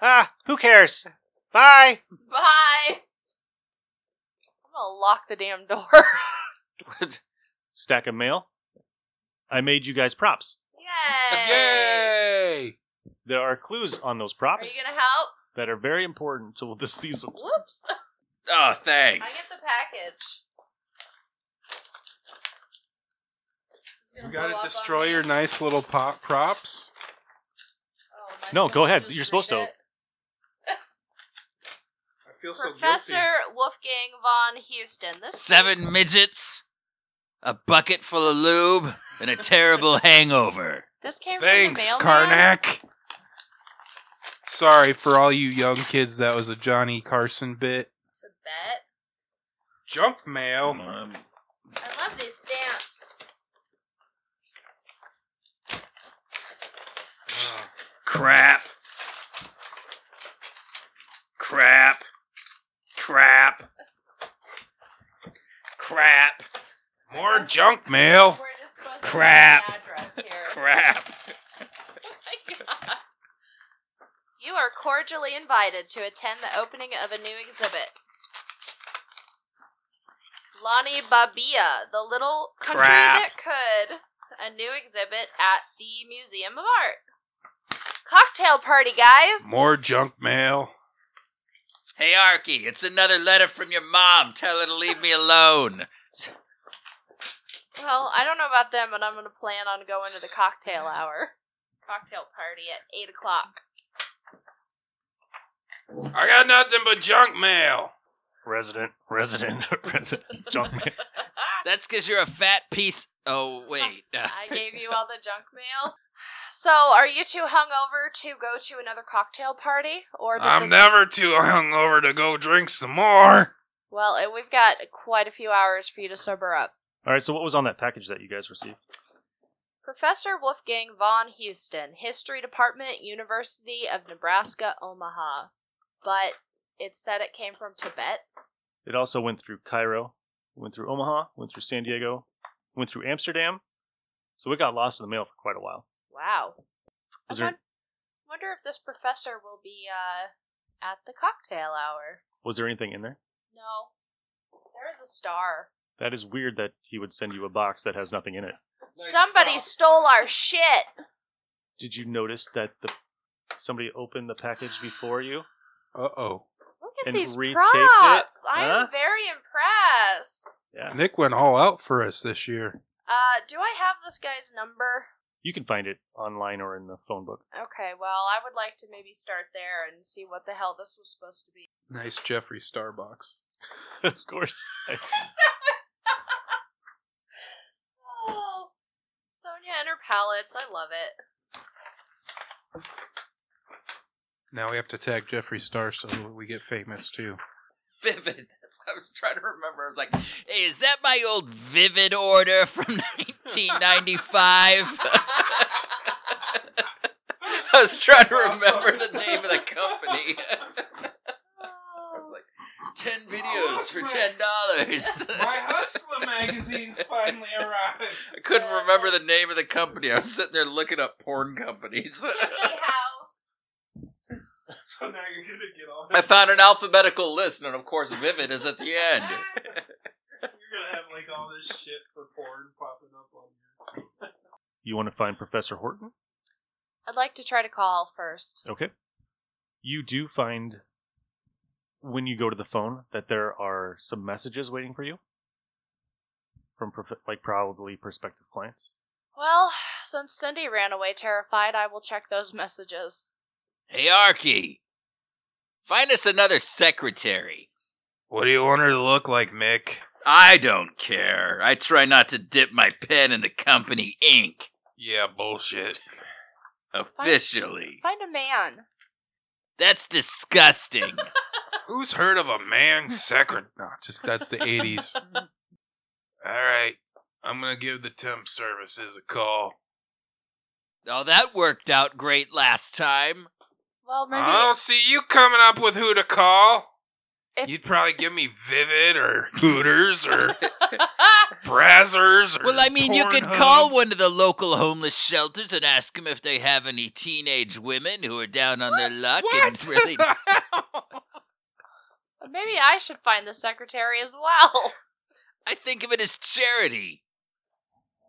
Speaker 1: Ah, who cares? Bye!
Speaker 5: Bye. I'm gonna lock the damn door.
Speaker 1: Stack of mail. I made you guys props.
Speaker 5: Yay!
Speaker 2: Yay!
Speaker 1: There are clues on those
Speaker 5: Are you
Speaker 1: props
Speaker 5: gonna help?
Speaker 1: that are very important to this season.
Speaker 5: Whoops!
Speaker 3: oh,
Speaker 5: I get
Speaker 3: thanks.
Speaker 5: the package. It's gonna
Speaker 2: You gotta
Speaker 5: blow up on
Speaker 2: destroy
Speaker 5: me.
Speaker 2: your nice little pop props.
Speaker 5: Oh, am I
Speaker 1: No, go
Speaker 5: supposed to
Speaker 1: ahead.
Speaker 5: just
Speaker 1: You're supposed
Speaker 5: read
Speaker 1: to.
Speaker 5: it?
Speaker 2: I feel
Speaker 5: Professor Wolfgang von Houston. This
Speaker 3: Seven midgets, a bucket full of lube, and a terrible hangover.
Speaker 5: This came
Speaker 2: Thanks,
Speaker 5: from the mailman.
Speaker 2: Karnak. Sorry for all you young kids. That was a Johnny Carson bit.
Speaker 5: To bet.
Speaker 2: Jump mail.
Speaker 3: Um,
Speaker 5: I love these stamps.
Speaker 3: Crap. Crap. Crap. Crap.
Speaker 2: More junk mail.
Speaker 5: We're just supposed
Speaker 3: Crap.
Speaker 5: to put the address here.
Speaker 3: Crap.
Speaker 5: Oh my God. You are cordially invited to attend the opening of a new exhibit. Lonnie Babia, the little country
Speaker 3: Crap.
Speaker 5: that could. A new exhibit at the Museum of Art. Cocktail party, guys!
Speaker 2: More junk mail.
Speaker 3: Hey, Arky, it's another letter from your mom. Tell her to leave me alone.
Speaker 5: Well, I don't know about them, but I'm going to plan on going to the cocktail hour. Cocktail party at 8 o'clock.
Speaker 2: I got nothing but junk mail.
Speaker 1: Resident, resident, resident. Junk mail.
Speaker 3: That's because you're a fat piece. Oh, wait. Uh,
Speaker 5: I gave you all the junk mail. So, are you too hungover to go to another cocktail party? Or did the-
Speaker 2: I'm never too hungover to go drink some more.
Speaker 5: Well, eh, we've got quite a few hours for you to sober up.
Speaker 1: All right, so what was on that package that you guys received?
Speaker 5: Professor Wolfgang von Houston, History Department, University of Nebraska, Omaha. But it said it came from Tibet.
Speaker 1: It also went through Cairo, went through Omaha, went through San Diego, went through Amsterdam. So it got lost in the mail for quite a while.
Speaker 5: Wow.
Speaker 1: Was
Speaker 5: I
Speaker 1: there-
Speaker 5: won- wonder if this professor will be uh, at the cocktail hour.
Speaker 1: Was there anything in there?
Speaker 5: No. There is a star.
Speaker 1: That is weird that he would send you a box that has nothing in it.
Speaker 5: Somebody stole our shit.
Speaker 1: Did you notice that the somebody opened the package before you.
Speaker 2: Uh oh.
Speaker 5: Look at
Speaker 1: And
Speaker 5: these
Speaker 1: retaped it,
Speaker 5: props. I
Speaker 1: huh?
Speaker 5: am very impressed.
Speaker 1: Yeah.
Speaker 2: Nick went all out for us this year.
Speaker 5: Uh, do I have this guy's number?
Speaker 1: You can find it online or in the phone book.
Speaker 5: Okay, well, I would like to maybe start there and see what the hell this was supposed to be.
Speaker 2: Nice Jeffrey Starbucks.
Speaker 1: of course.
Speaker 5: oh, Sonia and her palettes. I love it.
Speaker 2: Now we have to tag Jeffree Star so we get famous too.
Speaker 3: Vivid. That's what I was trying to remember. I was like, hey, is that my old Vivid order from 1995? I was trying to remember the name of the company. I
Speaker 5: Oh,
Speaker 3: was like, 10 videos for $10.
Speaker 8: My Hustler magazine's finally arrived.
Speaker 3: I couldn't remember the name of the company. I was sitting there looking up porn companies.
Speaker 5: Disney House.
Speaker 8: So now you're gonna get all.
Speaker 3: I found an alphabetical list, and of course, Vivid is at the end.
Speaker 8: You're gonna have like all this shit for porn popping up on you.
Speaker 1: You want to find Professor Horton?
Speaker 5: I'd like to try to call first.
Speaker 1: Okay. You do find when you go to the phone that there are some messages waiting for you from prof- like probably prospective clients.
Speaker 5: Well, since Cindy ran away terrified, I will check those messages.
Speaker 3: Hey, Arky, find us another secretary.
Speaker 2: What do you want her to look like, Mick?
Speaker 3: I don't care. I try not to dip my pen in the company ink
Speaker 2: Yeah, bullshit.
Speaker 3: officially.
Speaker 5: Find a man.
Speaker 3: That's disgusting.
Speaker 2: Who's heard of a man secret? No, just that's the '80s. All right, I'm gonna give the temp services a call.
Speaker 3: oh, that worked out great last time.
Speaker 5: Well, maybe
Speaker 2: I don't see you coming up with who to call.
Speaker 5: If-
Speaker 2: You'd probably give me Vivid or Hooters or Brazzers. Or
Speaker 3: Well, I mean, you could call
Speaker 2: Pornhub.
Speaker 3: one of the local homeless shelters and ask them if they have any teenage women who are down on their luck and really
Speaker 5: maybe I should find the secretary as well.
Speaker 3: I think of it as charity.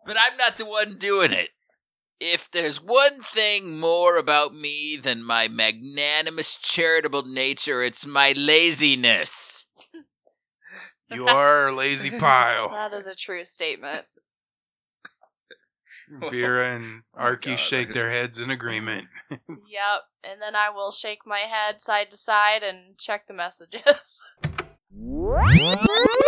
Speaker 3: But I'm not the one doing it. If there's one thing more about me than my magnanimous charitable nature, it's my laziness.
Speaker 2: you are a lazy pile.
Speaker 5: That is a true statement.
Speaker 2: Vera and
Speaker 3: Oh my
Speaker 2: Arky
Speaker 3: God.
Speaker 2: shake their heads in agreement.
Speaker 5: yep. And then I will shake my head side to side and check the messages.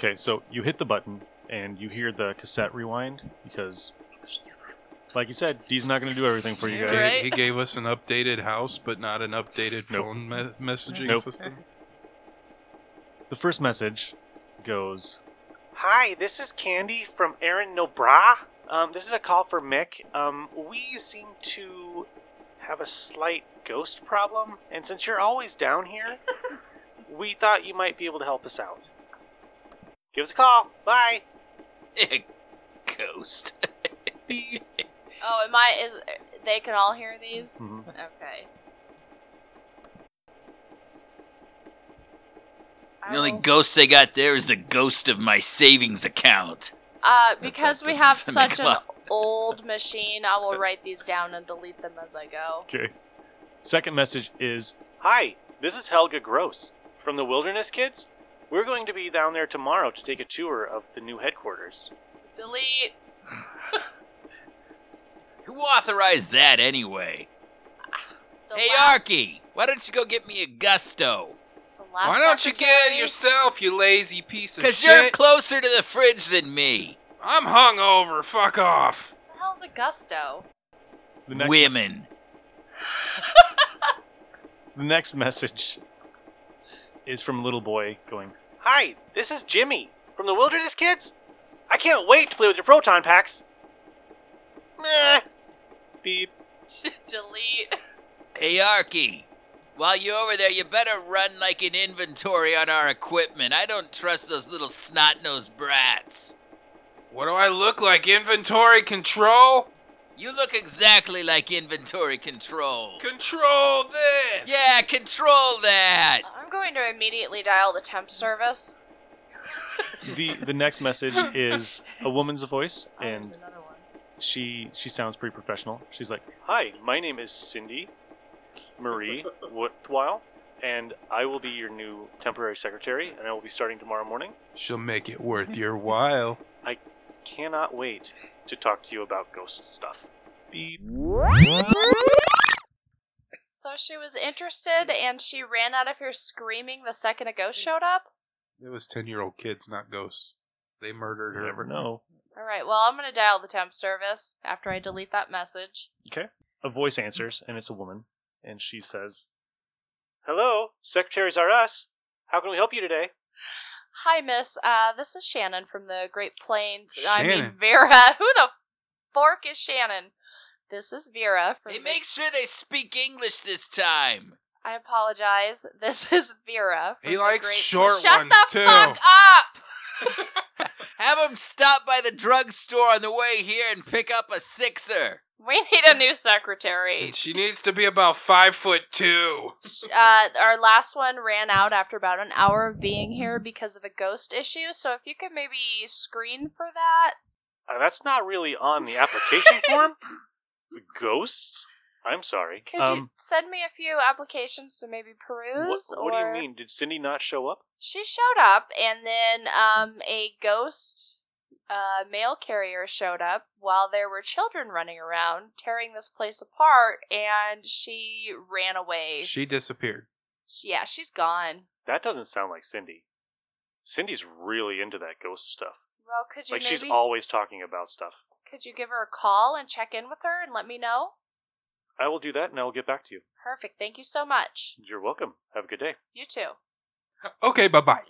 Speaker 1: Okay, so you hit the button and you hear the cassette rewind because, like you said, D's not going to do everything for you
Speaker 5: You're
Speaker 1: guys.
Speaker 5: right.
Speaker 2: He, he gave us an updated house, but not an updated phone me- messaging
Speaker 1: Nope.
Speaker 2: system.
Speaker 1: The first message goes
Speaker 6: Hi, this is Candy from Aaron Nobra. Um, this is a call for Mick. Um, we seem to have a slight ghost problem, and since you're always down here, we thought you might be able to help us out. Give us a call. Bye.
Speaker 3: Ghost.
Speaker 6: Beep.
Speaker 5: Oh, am I? Is they can all hear these?
Speaker 1: Mhm.
Speaker 5: Okay. I
Speaker 3: The only
Speaker 5: will-
Speaker 3: ghost they got there is the ghost of my savings account.
Speaker 5: uh, because we have
Speaker 3: Doesn't make
Speaker 5: such
Speaker 3: them
Speaker 5: an
Speaker 3: up.
Speaker 5: old machine, I will write these down and delete them as I go.
Speaker 1: Okay. Second message is
Speaker 6: Hi, this is Helga Gross from the Wilderness Kids. We're going to be down there tomorrow to take a tour of the new headquarters.
Speaker 5: Delete.
Speaker 3: Who authorized that anyway?
Speaker 5: The
Speaker 3: hey,
Speaker 5: last-
Speaker 3: Arky, why don't you go get me a gusto?
Speaker 5: the last
Speaker 2: Why don't you get it
Speaker 5: secretary.
Speaker 2: yourself, you lazy piece of
Speaker 3: Because you're
Speaker 2: shit?
Speaker 3: closer to the fridge than me.
Speaker 2: I'm hungover. Fuck off.
Speaker 5: What the hell's Augusto?
Speaker 1: the next,
Speaker 3: Women.
Speaker 1: the next message is from a little boy going,
Speaker 6: Hi, this is Jimmy from the Wilderness Kids. I can't wait to play with your proton packs. Meh. Beep.
Speaker 5: delete.
Speaker 3: Hey, Arky, while you're over there, you better run like an inventory on our equipment. I don't trust those little snot nosed brats.
Speaker 2: What do I look like? Inventory control?
Speaker 3: You look exactly like inventory control.
Speaker 2: Control this!
Speaker 3: yeah, control that!
Speaker 5: I'm going to immediately dial the temp service.
Speaker 1: the the next message is a woman's voice
Speaker 5: Oh, there's
Speaker 1: and
Speaker 5: another one.
Speaker 1: she she sounds pretty professional. She's like, "Hi, my name is Cindy Marie Whitwile, and I will be your new temporary secretary, and I will be starting tomorrow morning.
Speaker 2: She'll make it worth your while.
Speaker 1: Cannot wait to talk to you about ghost stuff." Beep.
Speaker 5: So she was interested and she ran out of here screaming the second a ghost showed up?
Speaker 2: It was 10 year old kids, not ghosts. They murdered
Speaker 1: You
Speaker 2: her.
Speaker 1: never know.
Speaker 5: Alright, well, I'm gonna dial the temp service after I delete that message.
Speaker 1: A voice answers, and it's a woman, and she says,
Speaker 6: Hello, secretaries are us. How can we help you today?
Speaker 5: Hi, miss. Uh, this is Shannon from the Great Plains. I mean,
Speaker 2: Shannon.
Speaker 5: Vera. Who the fork is Shannon? This is Vera. From
Speaker 3: Hey,
Speaker 5: the-
Speaker 3: make sure they speak English this time.
Speaker 5: I apologize. This is Vera. from
Speaker 2: He
Speaker 5: the
Speaker 2: likes
Speaker 5: Great-
Speaker 2: short
Speaker 5: Shut
Speaker 2: ones,
Speaker 5: the
Speaker 2: too.
Speaker 5: fuck up!
Speaker 3: Have them stop by the drugstore on the way here and pick up a sixer.
Speaker 5: We need a new secretary.
Speaker 2: And she needs to be about five foot two.
Speaker 5: uh, our last one ran out after about an hour of being here because of a ghost issue. So if you could maybe screen for that,
Speaker 1: Uh, that's not really on the application form. Ghosts? I'm sorry.
Speaker 5: could
Speaker 6: Um,
Speaker 5: you send me a few applications to maybe peruse?
Speaker 1: Um, what, what do
Speaker 5: or-
Speaker 1: you mean? Did Cindy not show up?
Speaker 5: She showed up, and then um, a ghost uh, mail carrier showed up while there were children running around, tearing this place apart, and she ran away.
Speaker 2: She disappeared.
Speaker 5: yeah, she's gone.
Speaker 1: That doesn't sound like Cindy. Cindy's really into that ghost stuff.
Speaker 5: Well, could you
Speaker 1: Like
Speaker 5: maybe
Speaker 1: she's always talking about stuff.
Speaker 5: could you give her a call and check in with her and let me know?
Speaker 1: I will do that and I will get back to you.
Speaker 5: Perfect. Thank you so much.
Speaker 1: You're welcome. Have a good day.
Speaker 5: You too.
Speaker 2: Okay, bye bye.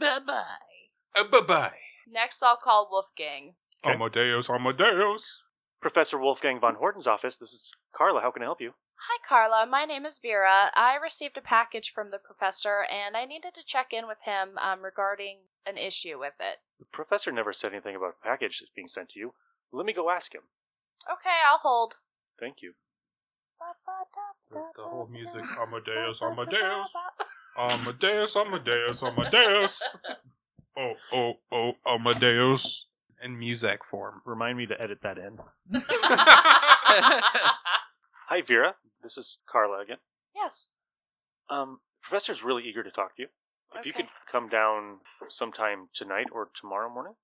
Speaker 7: Bye bye.
Speaker 2: bye bye.
Speaker 5: Next, I'll call Wolfgang.
Speaker 1: Okay.
Speaker 2: Amadeus, Amadeus.
Speaker 1: Professor Wolfgang von Horton's office. This is Carla. How can I help you?
Speaker 5: Hi, Carla. My name is Vera. I received a package from the professor, and I needed to check in with him um, regarding an issue with it.
Speaker 1: The professor never said anything about a package that's being sent to you. Let me go ask him.
Speaker 5: Okay, I'll hold.
Speaker 1: Thank you.
Speaker 2: The, the whole music Amadeus, Amadeus. Amadeus, Amadeus, Amadeus. Oh, oh, oh, Amadeus. In music form.
Speaker 1: Remind me to edit that in.
Speaker 7: Bye.
Speaker 1: Hi, Vera. This is Carla again.
Speaker 5: Yes.
Speaker 1: Um, professor's really eager to talk to you. If you
Speaker 5: Okay.
Speaker 1: could come down sometime tonight or tomorrow morning.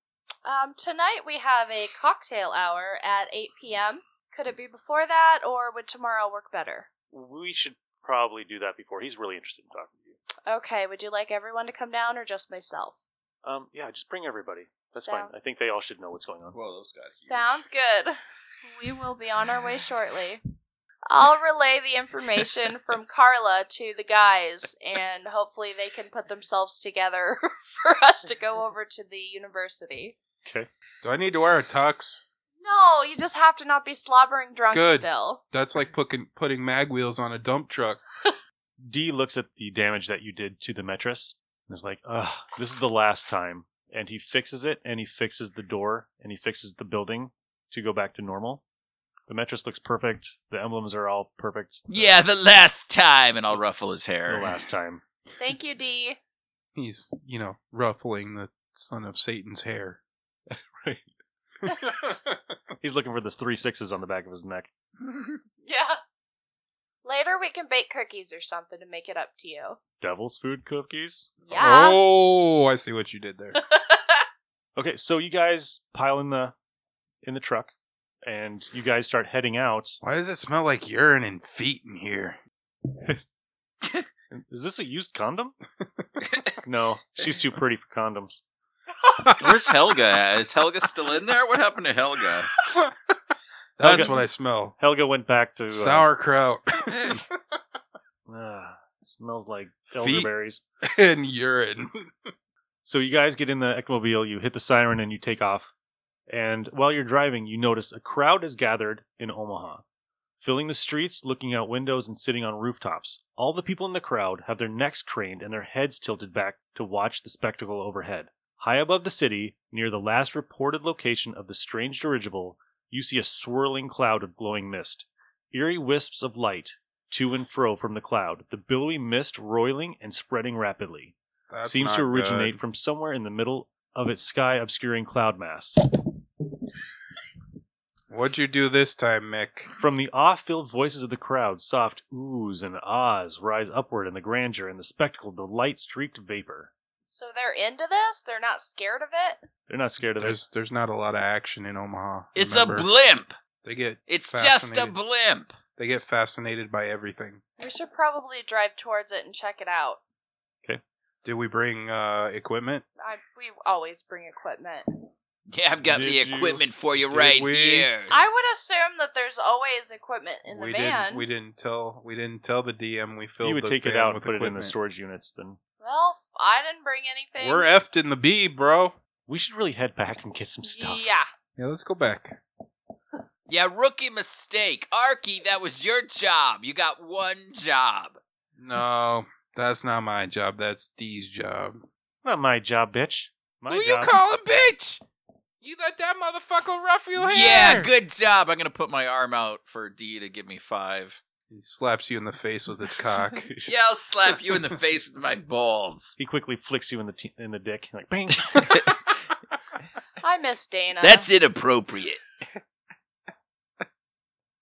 Speaker 5: Um, tonight we have a cocktail hour at 8 p.m. Could it be before that, or would tomorrow work better?
Speaker 1: We should probably do that before. He's really interested in talking to you.
Speaker 5: Okay, would you like everyone to come down or just myself?
Speaker 1: Um, yeah, just bring everybody. That's fine. I
Speaker 5: Sounds-
Speaker 1: think they all should know what's going on.
Speaker 3: Whoa, those guys.
Speaker 5: Sounds good. We will be on our way shortly. I'll relay the information from Carla to the guys, and hopefully they can put themselves together for us to go over to the university.
Speaker 1: Okay.
Speaker 2: Do I need to wear a tux?
Speaker 5: No, you just have to not be slobbering drunk
Speaker 2: Good.
Speaker 5: still.
Speaker 2: That's like putting, putting mag wheels on a dump truck.
Speaker 1: D looks at the damage that you did to the Metris and is like, ugh, this is the last time. And he fixes it and he fixes the door and he fixes the building to go back to normal. The Metris looks perfect. The emblems are all perfect.
Speaker 3: Yeah, the last time, and I'll ruffle his
Speaker 1: The
Speaker 3: hair.
Speaker 1: last time.
Speaker 5: Thank you, Dee.
Speaker 2: He's, you know, ruffling the son of Satan's hair.
Speaker 1: He's looking for the three sixes on the back of his neck.
Speaker 5: Yeah. Later we can bake cookies or something to make it up to you.
Speaker 1: Devil's food cookies?
Speaker 5: Yeah.
Speaker 2: Oh, I see what you did there.
Speaker 1: Okay, so you guys pile in the in the truck and you guys start heading out.
Speaker 2: Why does it smell like urine and feet in here?
Speaker 1: Is this a used condom? no, she's too pretty for condoms.
Speaker 3: Where's Helga? at? Is Helga still in there? What happened to Helga?
Speaker 2: That's
Speaker 1: Okay.
Speaker 2: what I smell.
Speaker 1: Helga went back to uh,
Speaker 2: Sauerkraut
Speaker 1: Ah, smells like
Speaker 2: Feet.
Speaker 1: elderberries.
Speaker 2: and urine.
Speaker 1: So you guys get in the Ecmobile, you hit the siren, and you take off. And while you're driving, you notice a crowd is gathered in Omaha, filling the streets, looking out windows, and sitting on rooftops. All the people in the crowd have their necks craned and their heads tilted back to watch the spectacle overhead. High above the city, near the last reported location of the strange dirigible, you see a swirling cloud of glowing mist. Eerie wisps of light to and fro from the cloud, the billowy mist roiling and spreading rapidly
Speaker 2: That's
Speaker 1: seems
Speaker 2: not
Speaker 1: to
Speaker 2: good.
Speaker 1: originate from somewhere in the middle of its sky obscuring cloud mass.
Speaker 2: What'd you do this time, Mick?
Speaker 1: From the awe-filled voices of the crowd, soft oohs and ahs rise upward in the grandeur and the spectacle of the light-streaked vapor.
Speaker 5: So they're into this? They're not scared of it?
Speaker 1: They're not scared of it.
Speaker 2: There's there's not a lot of action in Omaha.
Speaker 3: It's a
Speaker 2: remember.
Speaker 3: blimp.
Speaker 2: They get
Speaker 3: It's just a
Speaker 2: Fascinating.
Speaker 3: blimp.
Speaker 2: they get fascinated by everything.
Speaker 5: We should probably drive towards it and check it out.
Speaker 2: Did we bring uh, equipment?
Speaker 5: I, we always bring equipment.
Speaker 3: Yeah, I've got
Speaker 2: Did
Speaker 3: the
Speaker 2: you-
Speaker 3: equipment for you
Speaker 2: did
Speaker 3: right
Speaker 2: we-
Speaker 3: here.
Speaker 5: I would assume that there's always equipment in the
Speaker 2: we
Speaker 5: van.
Speaker 2: didn't. We didn't tell. We didn't tell the DM. We filled.
Speaker 1: You would
Speaker 2: the
Speaker 1: take it
Speaker 2: van
Speaker 1: out and
Speaker 2: with
Speaker 1: put it in the
Speaker 2: equipment.
Speaker 1: storage units. Then
Speaker 5: Well, I didn't bring anything.
Speaker 2: We're effed in the B, bro.
Speaker 1: we should really head back and get some stuff.
Speaker 5: Yeah.
Speaker 2: Yeah, let's go back.
Speaker 3: yeah, rookie mistake. Arky, that was your job. You got one job.
Speaker 2: No, that's not my job. That's D's job.
Speaker 1: Not my job, bitch. My
Speaker 3: Who
Speaker 1: job.
Speaker 3: you calling bitch?
Speaker 2: You let that motherfucker rough your
Speaker 3: Yeah, good job. I'm gonna put my arm out for D to give me five.
Speaker 2: He slaps you in the face with his cock.
Speaker 3: Yeah, I'll slap you in the face with my balls.
Speaker 1: he quickly flicks you in the t- in the dick, like bang.
Speaker 5: I miss Dana.
Speaker 3: That's inappropriate.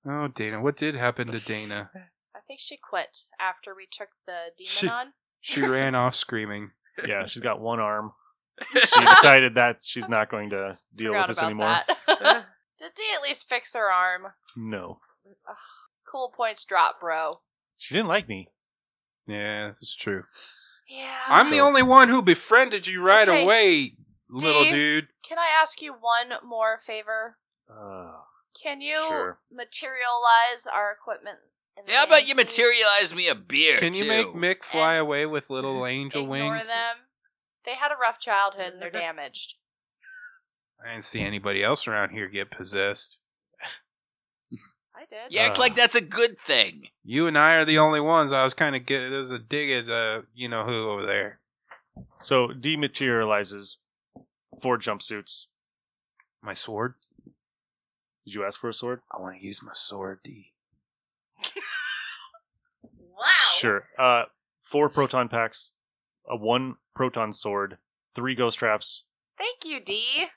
Speaker 2: Oh, Dana, what did happen to Dana?
Speaker 5: I think she quit after we took the demon
Speaker 2: She-
Speaker 5: on.
Speaker 2: She ran off screaming.
Speaker 1: yeah, she's got one arm. She decided that she's not going to deal with
Speaker 5: Forgot
Speaker 1: this
Speaker 5: about
Speaker 1: anymore.
Speaker 5: that. Did Dee at least fix her arm?
Speaker 1: No,
Speaker 5: Cool points drop, bro.
Speaker 1: she didn't like me.
Speaker 2: Yeah, it's true.
Speaker 5: Yeah.
Speaker 2: I'm the
Speaker 1: So-
Speaker 2: only one who befriended you right
Speaker 5: Okay.
Speaker 2: away, little
Speaker 5: Dee.
Speaker 2: dude.
Speaker 5: Can I ask you one more favor?
Speaker 1: Uh,
Speaker 5: Can you
Speaker 1: Sure.
Speaker 5: materialize our equipment? in the
Speaker 3: How about
Speaker 5: van,
Speaker 3: you
Speaker 5: please?
Speaker 3: materialize me a beer?
Speaker 2: Can you
Speaker 3: too?
Speaker 2: make Mick fly
Speaker 5: And
Speaker 2: away with little angel
Speaker 5: Ignore
Speaker 2: wings?
Speaker 5: them. They had a rough childhood and they're damaged.
Speaker 2: I didn't see anybody else around here get possessed.
Speaker 5: I did.
Speaker 3: You act
Speaker 1: Uh.
Speaker 3: like that's a good thing.
Speaker 2: You and I are the only ones. I was kind of getting. There's a dig at uh, you know who over there.
Speaker 1: so dematerializes four jumpsuits.
Speaker 2: My sword.
Speaker 1: Did you ask for a sword?
Speaker 2: I want to use my sword, D.
Speaker 7: Wow.
Speaker 1: Sure. Uh, four proton packs, a one proton sword, three ghost traps.
Speaker 5: Thank you, Dee.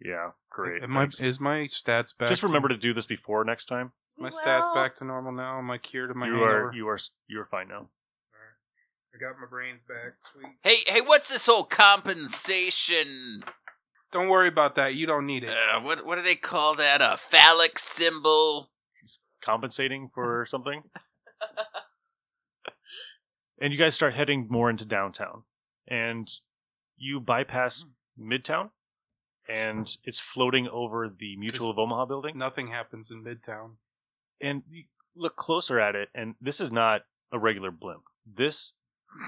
Speaker 1: Yeah, great.
Speaker 2: Am I,
Speaker 1: thanks.
Speaker 2: is my stats back?
Speaker 1: Just remember
Speaker 2: to,
Speaker 1: to do this before next time.
Speaker 2: my stats
Speaker 5: Well,
Speaker 2: back to normal now. Am I cured of my
Speaker 1: you
Speaker 2: hangover?
Speaker 1: are you are s- you are fine now.
Speaker 2: I got my brains back. Sweet.
Speaker 3: Hey, hey, what's this whole compensation?
Speaker 2: Don't worry about that. You don't need it.
Speaker 3: Uh, what what do they call that? A phallic symbol?
Speaker 1: Compensating for something. and you guys start heading more into downtown, and you bypass
Speaker 2: Hmm.
Speaker 1: Midtown, and it's floating over the Mutual of Omaha building.
Speaker 2: Nothing happens in Midtown.
Speaker 1: and you look closer at it, and this is not a regular blimp. This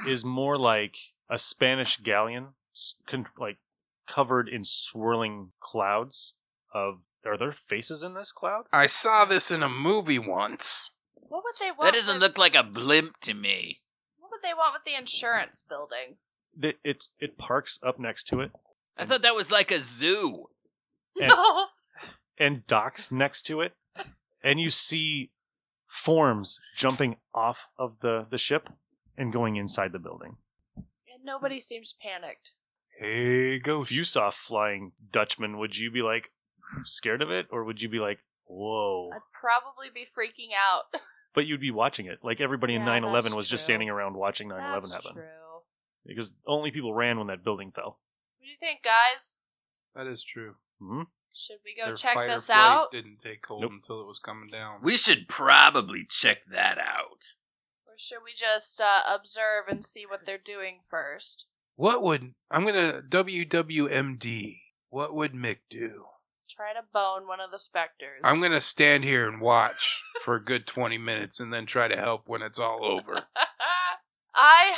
Speaker 1: is more like a Spanish galleon, s- con- like covered in swirling clouds of. Are there faces in this cloud?
Speaker 2: I saw this in a movie once.
Speaker 5: What would they want?
Speaker 3: That doesn't
Speaker 5: with-
Speaker 3: look like a blimp to me.
Speaker 5: What would they want with the insurance building?
Speaker 1: It it, it parks up next to it
Speaker 3: I thought that was like a zoo.
Speaker 1: And-
Speaker 2: Eh.
Speaker 5: No.
Speaker 1: and docks next to it, and you see forms jumping off of the the ship and going inside the building.
Speaker 5: And nobody seems panicked.
Speaker 2: Hey,
Speaker 1: If
Speaker 2: ghost.
Speaker 1: you saw a flying Dutchman, would you be like scared of it, or would you be like, "Whoa"?
Speaker 5: I'd probably be freaking out.
Speaker 1: but you'd be watching it. Like everybody in
Speaker 5: Yeah,
Speaker 1: 9
Speaker 5: that's
Speaker 1: 11 was just
Speaker 5: true.
Speaker 1: standing around watching 9 11
Speaker 5: That's
Speaker 1: happen.
Speaker 5: true.
Speaker 1: Because only people ran when that building fell.
Speaker 5: What do you think, guys?
Speaker 2: that is true.
Speaker 1: hmm
Speaker 5: Should we go
Speaker 2: Their
Speaker 5: check
Speaker 2: fight or
Speaker 5: this
Speaker 2: flight
Speaker 5: out?
Speaker 2: Didn't take hold
Speaker 1: Nope.
Speaker 2: until it was coming down.
Speaker 3: We should probably check that out.
Speaker 5: Or should we just uh, observe and see what they're doing first?
Speaker 2: what would I'm gonna WWMD? What would Mick do?
Speaker 5: Try to bone one of the specters.
Speaker 2: I'm gonna stand here and watch for a good 20 minutes and then try to help when it's all over.
Speaker 5: I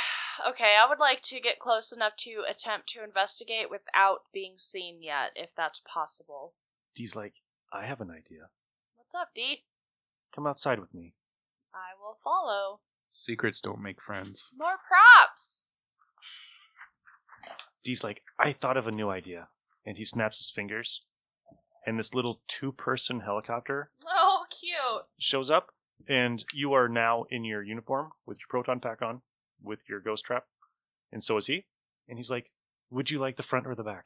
Speaker 5: okay. I would like to get close enough to attempt to investigate without being seen yet, if that's possible.
Speaker 1: Dee's like, I have an idea.
Speaker 5: What's up, D?
Speaker 1: Come outside with me.
Speaker 5: I will follow.
Speaker 2: Secrets don't make friends.
Speaker 5: More props.
Speaker 1: Dee's like, I thought of a new idea. And he snaps his fingers, and this little two person helicopter
Speaker 5: Oh, cute.
Speaker 1: shows up, and you are now in your uniform with your proton pack on, with your ghost trap. And so is he. And he's like, Would you like the front or the back?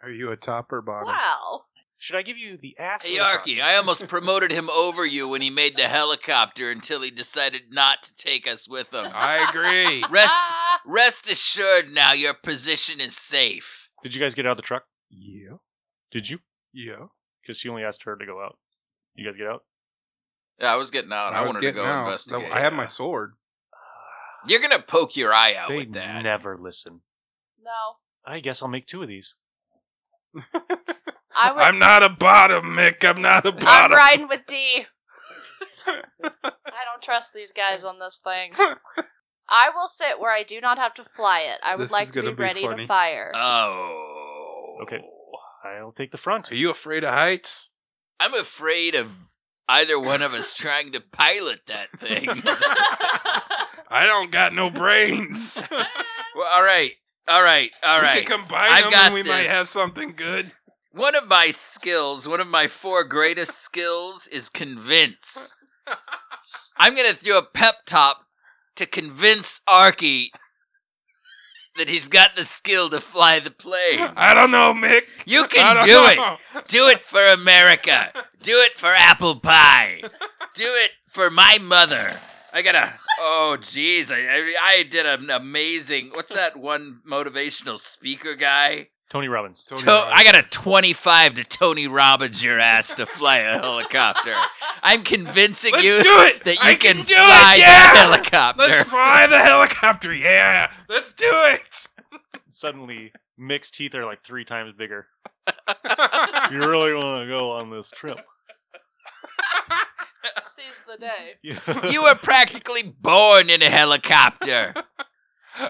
Speaker 2: Are you a top or bottom?
Speaker 5: Wow.
Speaker 6: Should I give you the ass? or the
Speaker 3: Hey, Arky,
Speaker 6: crotch?
Speaker 3: I almost promoted him over you when he made the helicopter until he decided not to take us with him.
Speaker 2: I agree.
Speaker 3: Rest, rest assured now, your position is safe.
Speaker 1: Did you guys get out of the truck?
Speaker 2: yeah.
Speaker 1: Did you?
Speaker 2: Yeah.
Speaker 1: Because she only asked her to go out. You guys get out?
Speaker 3: Yeah, I was getting out. I,
Speaker 2: was
Speaker 3: wanted to
Speaker 2: getting
Speaker 3: go
Speaker 2: out.
Speaker 3: investigate.
Speaker 2: I have my sword.
Speaker 3: You're gonna poke your eye out
Speaker 1: they
Speaker 3: with that.
Speaker 1: never listen.
Speaker 5: No.
Speaker 1: I guess I'll make two of these.
Speaker 5: I would,
Speaker 2: I'm not a bottom, Mick. I'm not a
Speaker 5: I'm
Speaker 2: bottom.
Speaker 5: riding with D. I don't trust these guys on this thing. I will sit where I do not have to fly it. I would
Speaker 2: This
Speaker 5: like
Speaker 2: is
Speaker 5: to be,
Speaker 2: gonna be
Speaker 5: ready
Speaker 2: funny.
Speaker 5: to fire.
Speaker 3: oh.
Speaker 1: Okay. I'll take the front.
Speaker 2: Are you afraid of heights?
Speaker 3: I'm afraid of either one of us trying to pilot that thing.
Speaker 2: I don't got no brains.
Speaker 3: well, all right, all right, all
Speaker 2: We
Speaker 3: right.
Speaker 2: can combine
Speaker 3: I
Speaker 2: them
Speaker 3: got
Speaker 2: and we might
Speaker 3: this.
Speaker 2: have something good.
Speaker 3: One of my skills, one of my four greatest skills, is convince. I'm gonna throw a pep top to convince Arky that he's got the skill to fly the plane.
Speaker 2: I don't know, Mick.
Speaker 3: You
Speaker 2: I
Speaker 3: can
Speaker 2: don't
Speaker 3: do it.
Speaker 2: know.
Speaker 3: Do it for America. Do it for apple pie. Do it for my mother. I gotta. Oh, jeez. I, I I did an amazing. What's that one motivational speaker guy?
Speaker 1: Tony Robbins.
Speaker 2: Tony
Speaker 3: To-
Speaker 2: Robbins.
Speaker 3: I got a 25 to Tony Robbins your ass to fly a helicopter. I'm convincing
Speaker 2: Let's
Speaker 3: you
Speaker 2: do it.
Speaker 3: that you
Speaker 2: I
Speaker 3: can,
Speaker 2: do
Speaker 3: fly
Speaker 2: it.
Speaker 3: the
Speaker 2: Yeah.
Speaker 3: helicopter.
Speaker 2: Let's fly the helicopter. Yeah. Let's do it.
Speaker 1: Suddenly, Mick's teeth are like three times bigger. You really want to go on this trip?
Speaker 5: Seize the day.
Speaker 3: you were practically born in a helicopter.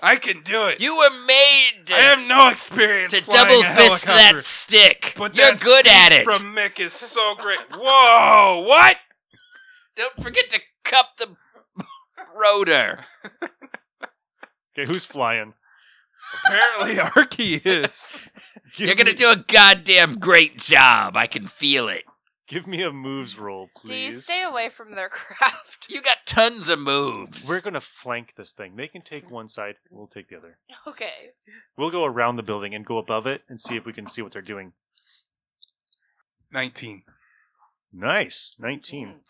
Speaker 2: I can do it.
Speaker 3: You were made
Speaker 2: I have no experience
Speaker 3: to
Speaker 2: flying
Speaker 3: double
Speaker 2: a
Speaker 3: fist that
Speaker 2: helicopter,
Speaker 3: stick.
Speaker 2: but
Speaker 3: You're
Speaker 2: that
Speaker 3: good at it.
Speaker 2: speech From Mick is so great. Whoa! What?
Speaker 3: Don't forget to cup the rotor.
Speaker 1: Okay, who's flying?
Speaker 2: Apparently, Arky is.
Speaker 1: Give
Speaker 3: You're gonna
Speaker 1: me-
Speaker 3: do a goddamn great job. I can feel it.
Speaker 1: Give me a moves roll,
Speaker 5: D,
Speaker 1: please.
Speaker 5: stay away from their craft.
Speaker 3: You got tons of moves.
Speaker 1: We're gonna flank this thing. They can take one side. We'll take the other.
Speaker 5: Okay.
Speaker 1: We'll go around the building and go above it and see if we can see what they're doing.
Speaker 2: Nineteen.
Speaker 1: Nice, nineteen.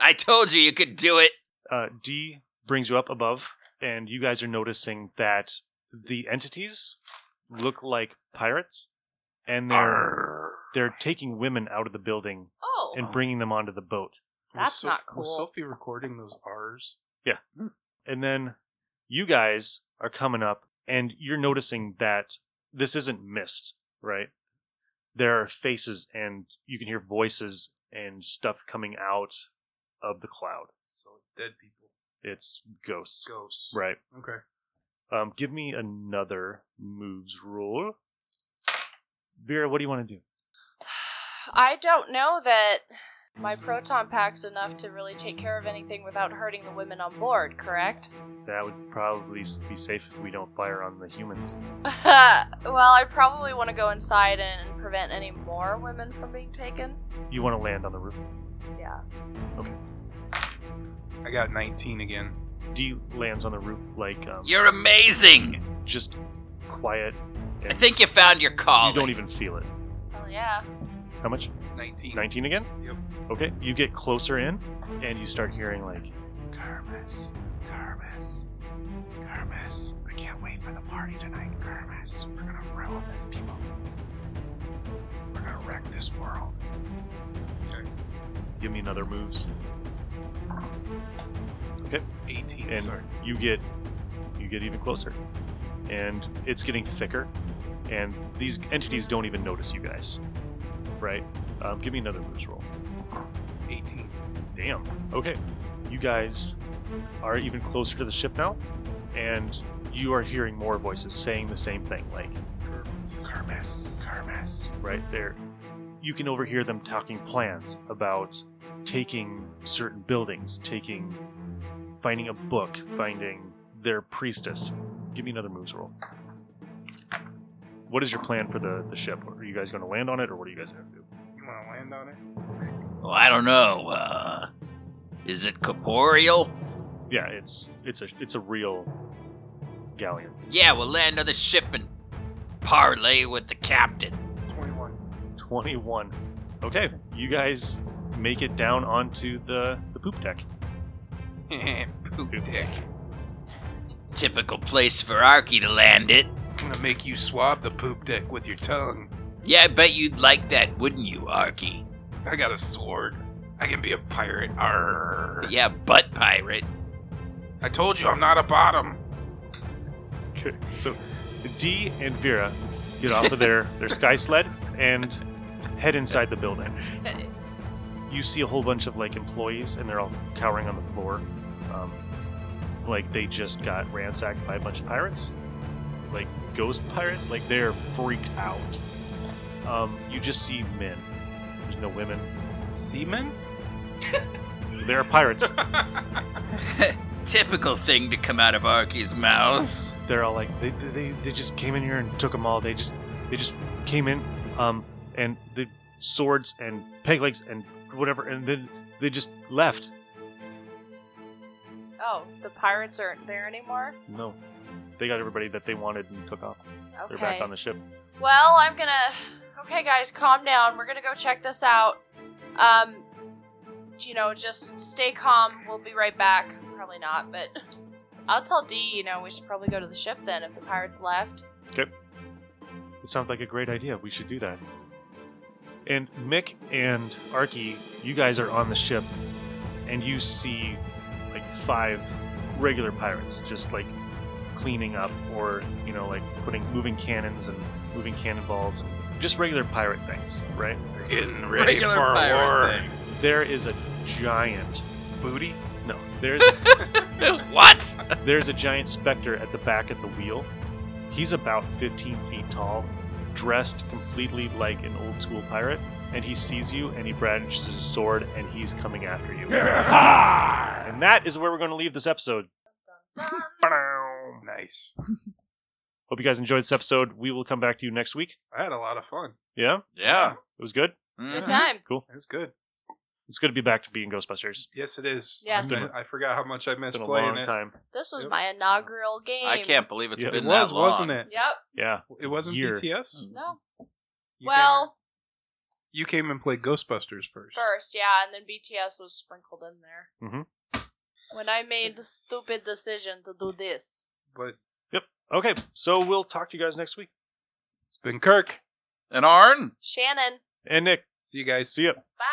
Speaker 3: I told you you could do it.
Speaker 1: Uh, D brings you up above, and you guys are noticing that the entities look like pirates, and they're they're taking women out of the building
Speaker 5: Oh.
Speaker 1: and bringing them onto the boat.
Speaker 5: That's not cool.
Speaker 2: Was Sophie recording those R's?
Speaker 1: And then you guys are coming up and you're noticing that this isn't mist, right? There are faces and you can hear voices and stuff coming out of the cloud.
Speaker 2: So it's dead people,
Speaker 1: It's ghosts.
Speaker 2: ghosts.
Speaker 1: Right.
Speaker 2: Okay.
Speaker 1: Um, give me another moves roll. Vera, what do you want to do?
Speaker 5: I don't know that my proton pack's enough to really take care of anything without hurting the women on board, correct?
Speaker 1: That would probably be safe if we don't fire on the humans.
Speaker 5: well, I probably want to go inside and prevent any more women from being taken.
Speaker 1: You want to land on the roof?
Speaker 5: Yeah.
Speaker 2: I got nineteen again.
Speaker 1: D lands on the roof like um,
Speaker 3: You're amazing.
Speaker 1: just quiet.
Speaker 3: I think you found your
Speaker 1: you
Speaker 3: calling.
Speaker 1: don't even feel it.
Speaker 5: Hell yeah.
Speaker 1: How much?
Speaker 2: Nineteen.
Speaker 1: 19 again?
Speaker 2: Yep.
Speaker 1: Okay, you get closer in, and you start hearing like, Kermis, Kermis, Kermis. I can't wait for the party tonight, Kermis. We're gonna ruin this people. We're gonna wreck this world.
Speaker 2: Okay.
Speaker 1: Give me another moves.
Speaker 2: Eighteen.
Speaker 1: And
Speaker 2: sorry.
Speaker 1: you get, you get even closer, and it's getting thicker, and these entities don't even notice you guys, right? Um, give me another moves roll.
Speaker 2: Eighteen.
Speaker 1: Damn. Okay. You guys are even closer to the ship now, and you are hearing more voices saying the same thing, like Kermis, Kermis. Right there. You can overhear them talking plans about taking certain buildings, taking finding a book, finding their priestess. Give me another moves roll. What is your plan for the, the ship? Are you guys going to land on it, or what are you guys going to do?
Speaker 2: You want to land on it?
Speaker 3: Oh, I don't know. Uh, is it corporeal?
Speaker 1: Yeah, it's it's a it's a real galleon.
Speaker 3: Yeah, we'll land on the ship and parlay with the captain.
Speaker 2: Twenty-one.
Speaker 1: 21. Okay, you guys make it down onto the, the poop deck.
Speaker 3: Poop dick. Typical place for Arky to land it.
Speaker 2: I'm gonna make you swab the poop deck with your tongue.
Speaker 3: Yeah, I bet you'd like that, wouldn't you, Arky?
Speaker 2: I got a sword. I can be a pirate. Arr.
Speaker 3: Yeah, butt pirate.
Speaker 2: I told you I'm not a bottom.
Speaker 1: Okay, so D and Vera get off of their, their sky sled and head inside the building. You see a whole bunch of like employees, and they're all cowering on the floor, um, like they just got ransacked by a bunch of pirates, like ghost pirates. Like they're freaked out. Um, you just see men. There's no women.
Speaker 2: Seaman?
Speaker 1: They're pirates.
Speaker 3: Typical thing to come out of Arky's mouth.
Speaker 1: they're all like they, they they just came in here and took them all they just they just came in um and the swords and peg legs and whatever and then they just left
Speaker 5: Oh, the pirates aren't there anymore?
Speaker 1: no they got everybody that they wanted and took off
Speaker 5: Okay.
Speaker 1: they're back on the ship
Speaker 5: Well, I'm gonna. Okay, guys, calm down. We're gonna go check this out. Um, you know, just stay calm. We'll be right back. Probably not, but I'll tell D. You know, we should probably go to the ship then if the pirates left.
Speaker 1: it sounds like a great idea we should do that and mick and arky you guys are on the ship and you see like five regular pirates just like cleaning up or you know like putting moving cannons and moving cannonballs and just regular pirate things right
Speaker 2: Getting ready
Speaker 3: Regular
Speaker 2: for
Speaker 3: pirate
Speaker 2: war.
Speaker 3: things.
Speaker 1: There is a giant
Speaker 2: Booty?
Speaker 1: no. There's
Speaker 3: what?
Speaker 1: there's a giant specter at the back of the wheel. He's about 15 feet tall, dressed completely like an old school pirate, and he sees you and he brandishes his sword and he's coming after you. and that is where we're going to leave this episode.
Speaker 2: Nice.
Speaker 1: Hope you guys enjoyed this episode. We will come back to you next week.
Speaker 2: I had a lot of fun.
Speaker 1: Yeah,
Speaker 3: Yeah.
Speaker 1: it was good.
Speaker 5: Good
Speaker 3: Mhm.
Speaker 5: time.
Speaker 2: It was good.
Speaker 1: It's good to be back to being Ghostbusters.
Speaker 2: Yes, it is.
Speaker 5: Yes.
Speaker 2: I, mi- I forgot how much I
Speaker 1: It's
Speaker 2: missed
Speaker 1: been a
Speaker 2: playing
Speaker 1: long
Speaker 2: it.
Speaker 1: time.
Speaker 5: This was
Speaker 2: Yep.
Speaker 5: my inaugural game.
Speaker 3: I can't believe it's
Speaker 1: Yeah,
Speaker 2: It
Speaker 3: been
Speaker 2: was,
Speaker 3: that long.
Speaker 2: wasn't it?
Speaker 5: Yep.
Speaker 1: Yeah,
Speaker 2: It wasn't
Speaker 1: Year.
Speaker 2: BTS.
Speaker 5: No.
Speaker 2: You
Speaker 5: Well,
Speaker 2: came, you came and played Ghostbusters first.
Speaker 5: first, yeah, and then BTS was sprinkled in there.
Speaker 1: Mhm.
Speaker 5: When I made the stupid decision to do this.
Speaker 2: But
Speaker 1: Okay, so we'll talk to you guys next week.
Speaker 2: it's been Kirk.
Speaker 3: An Arn?
Speaker 5: Shannon,
Speaker 1: And Nick,
Speaker 2: See you guys.
Speaker 1: see ya.
Speaker 5: bye.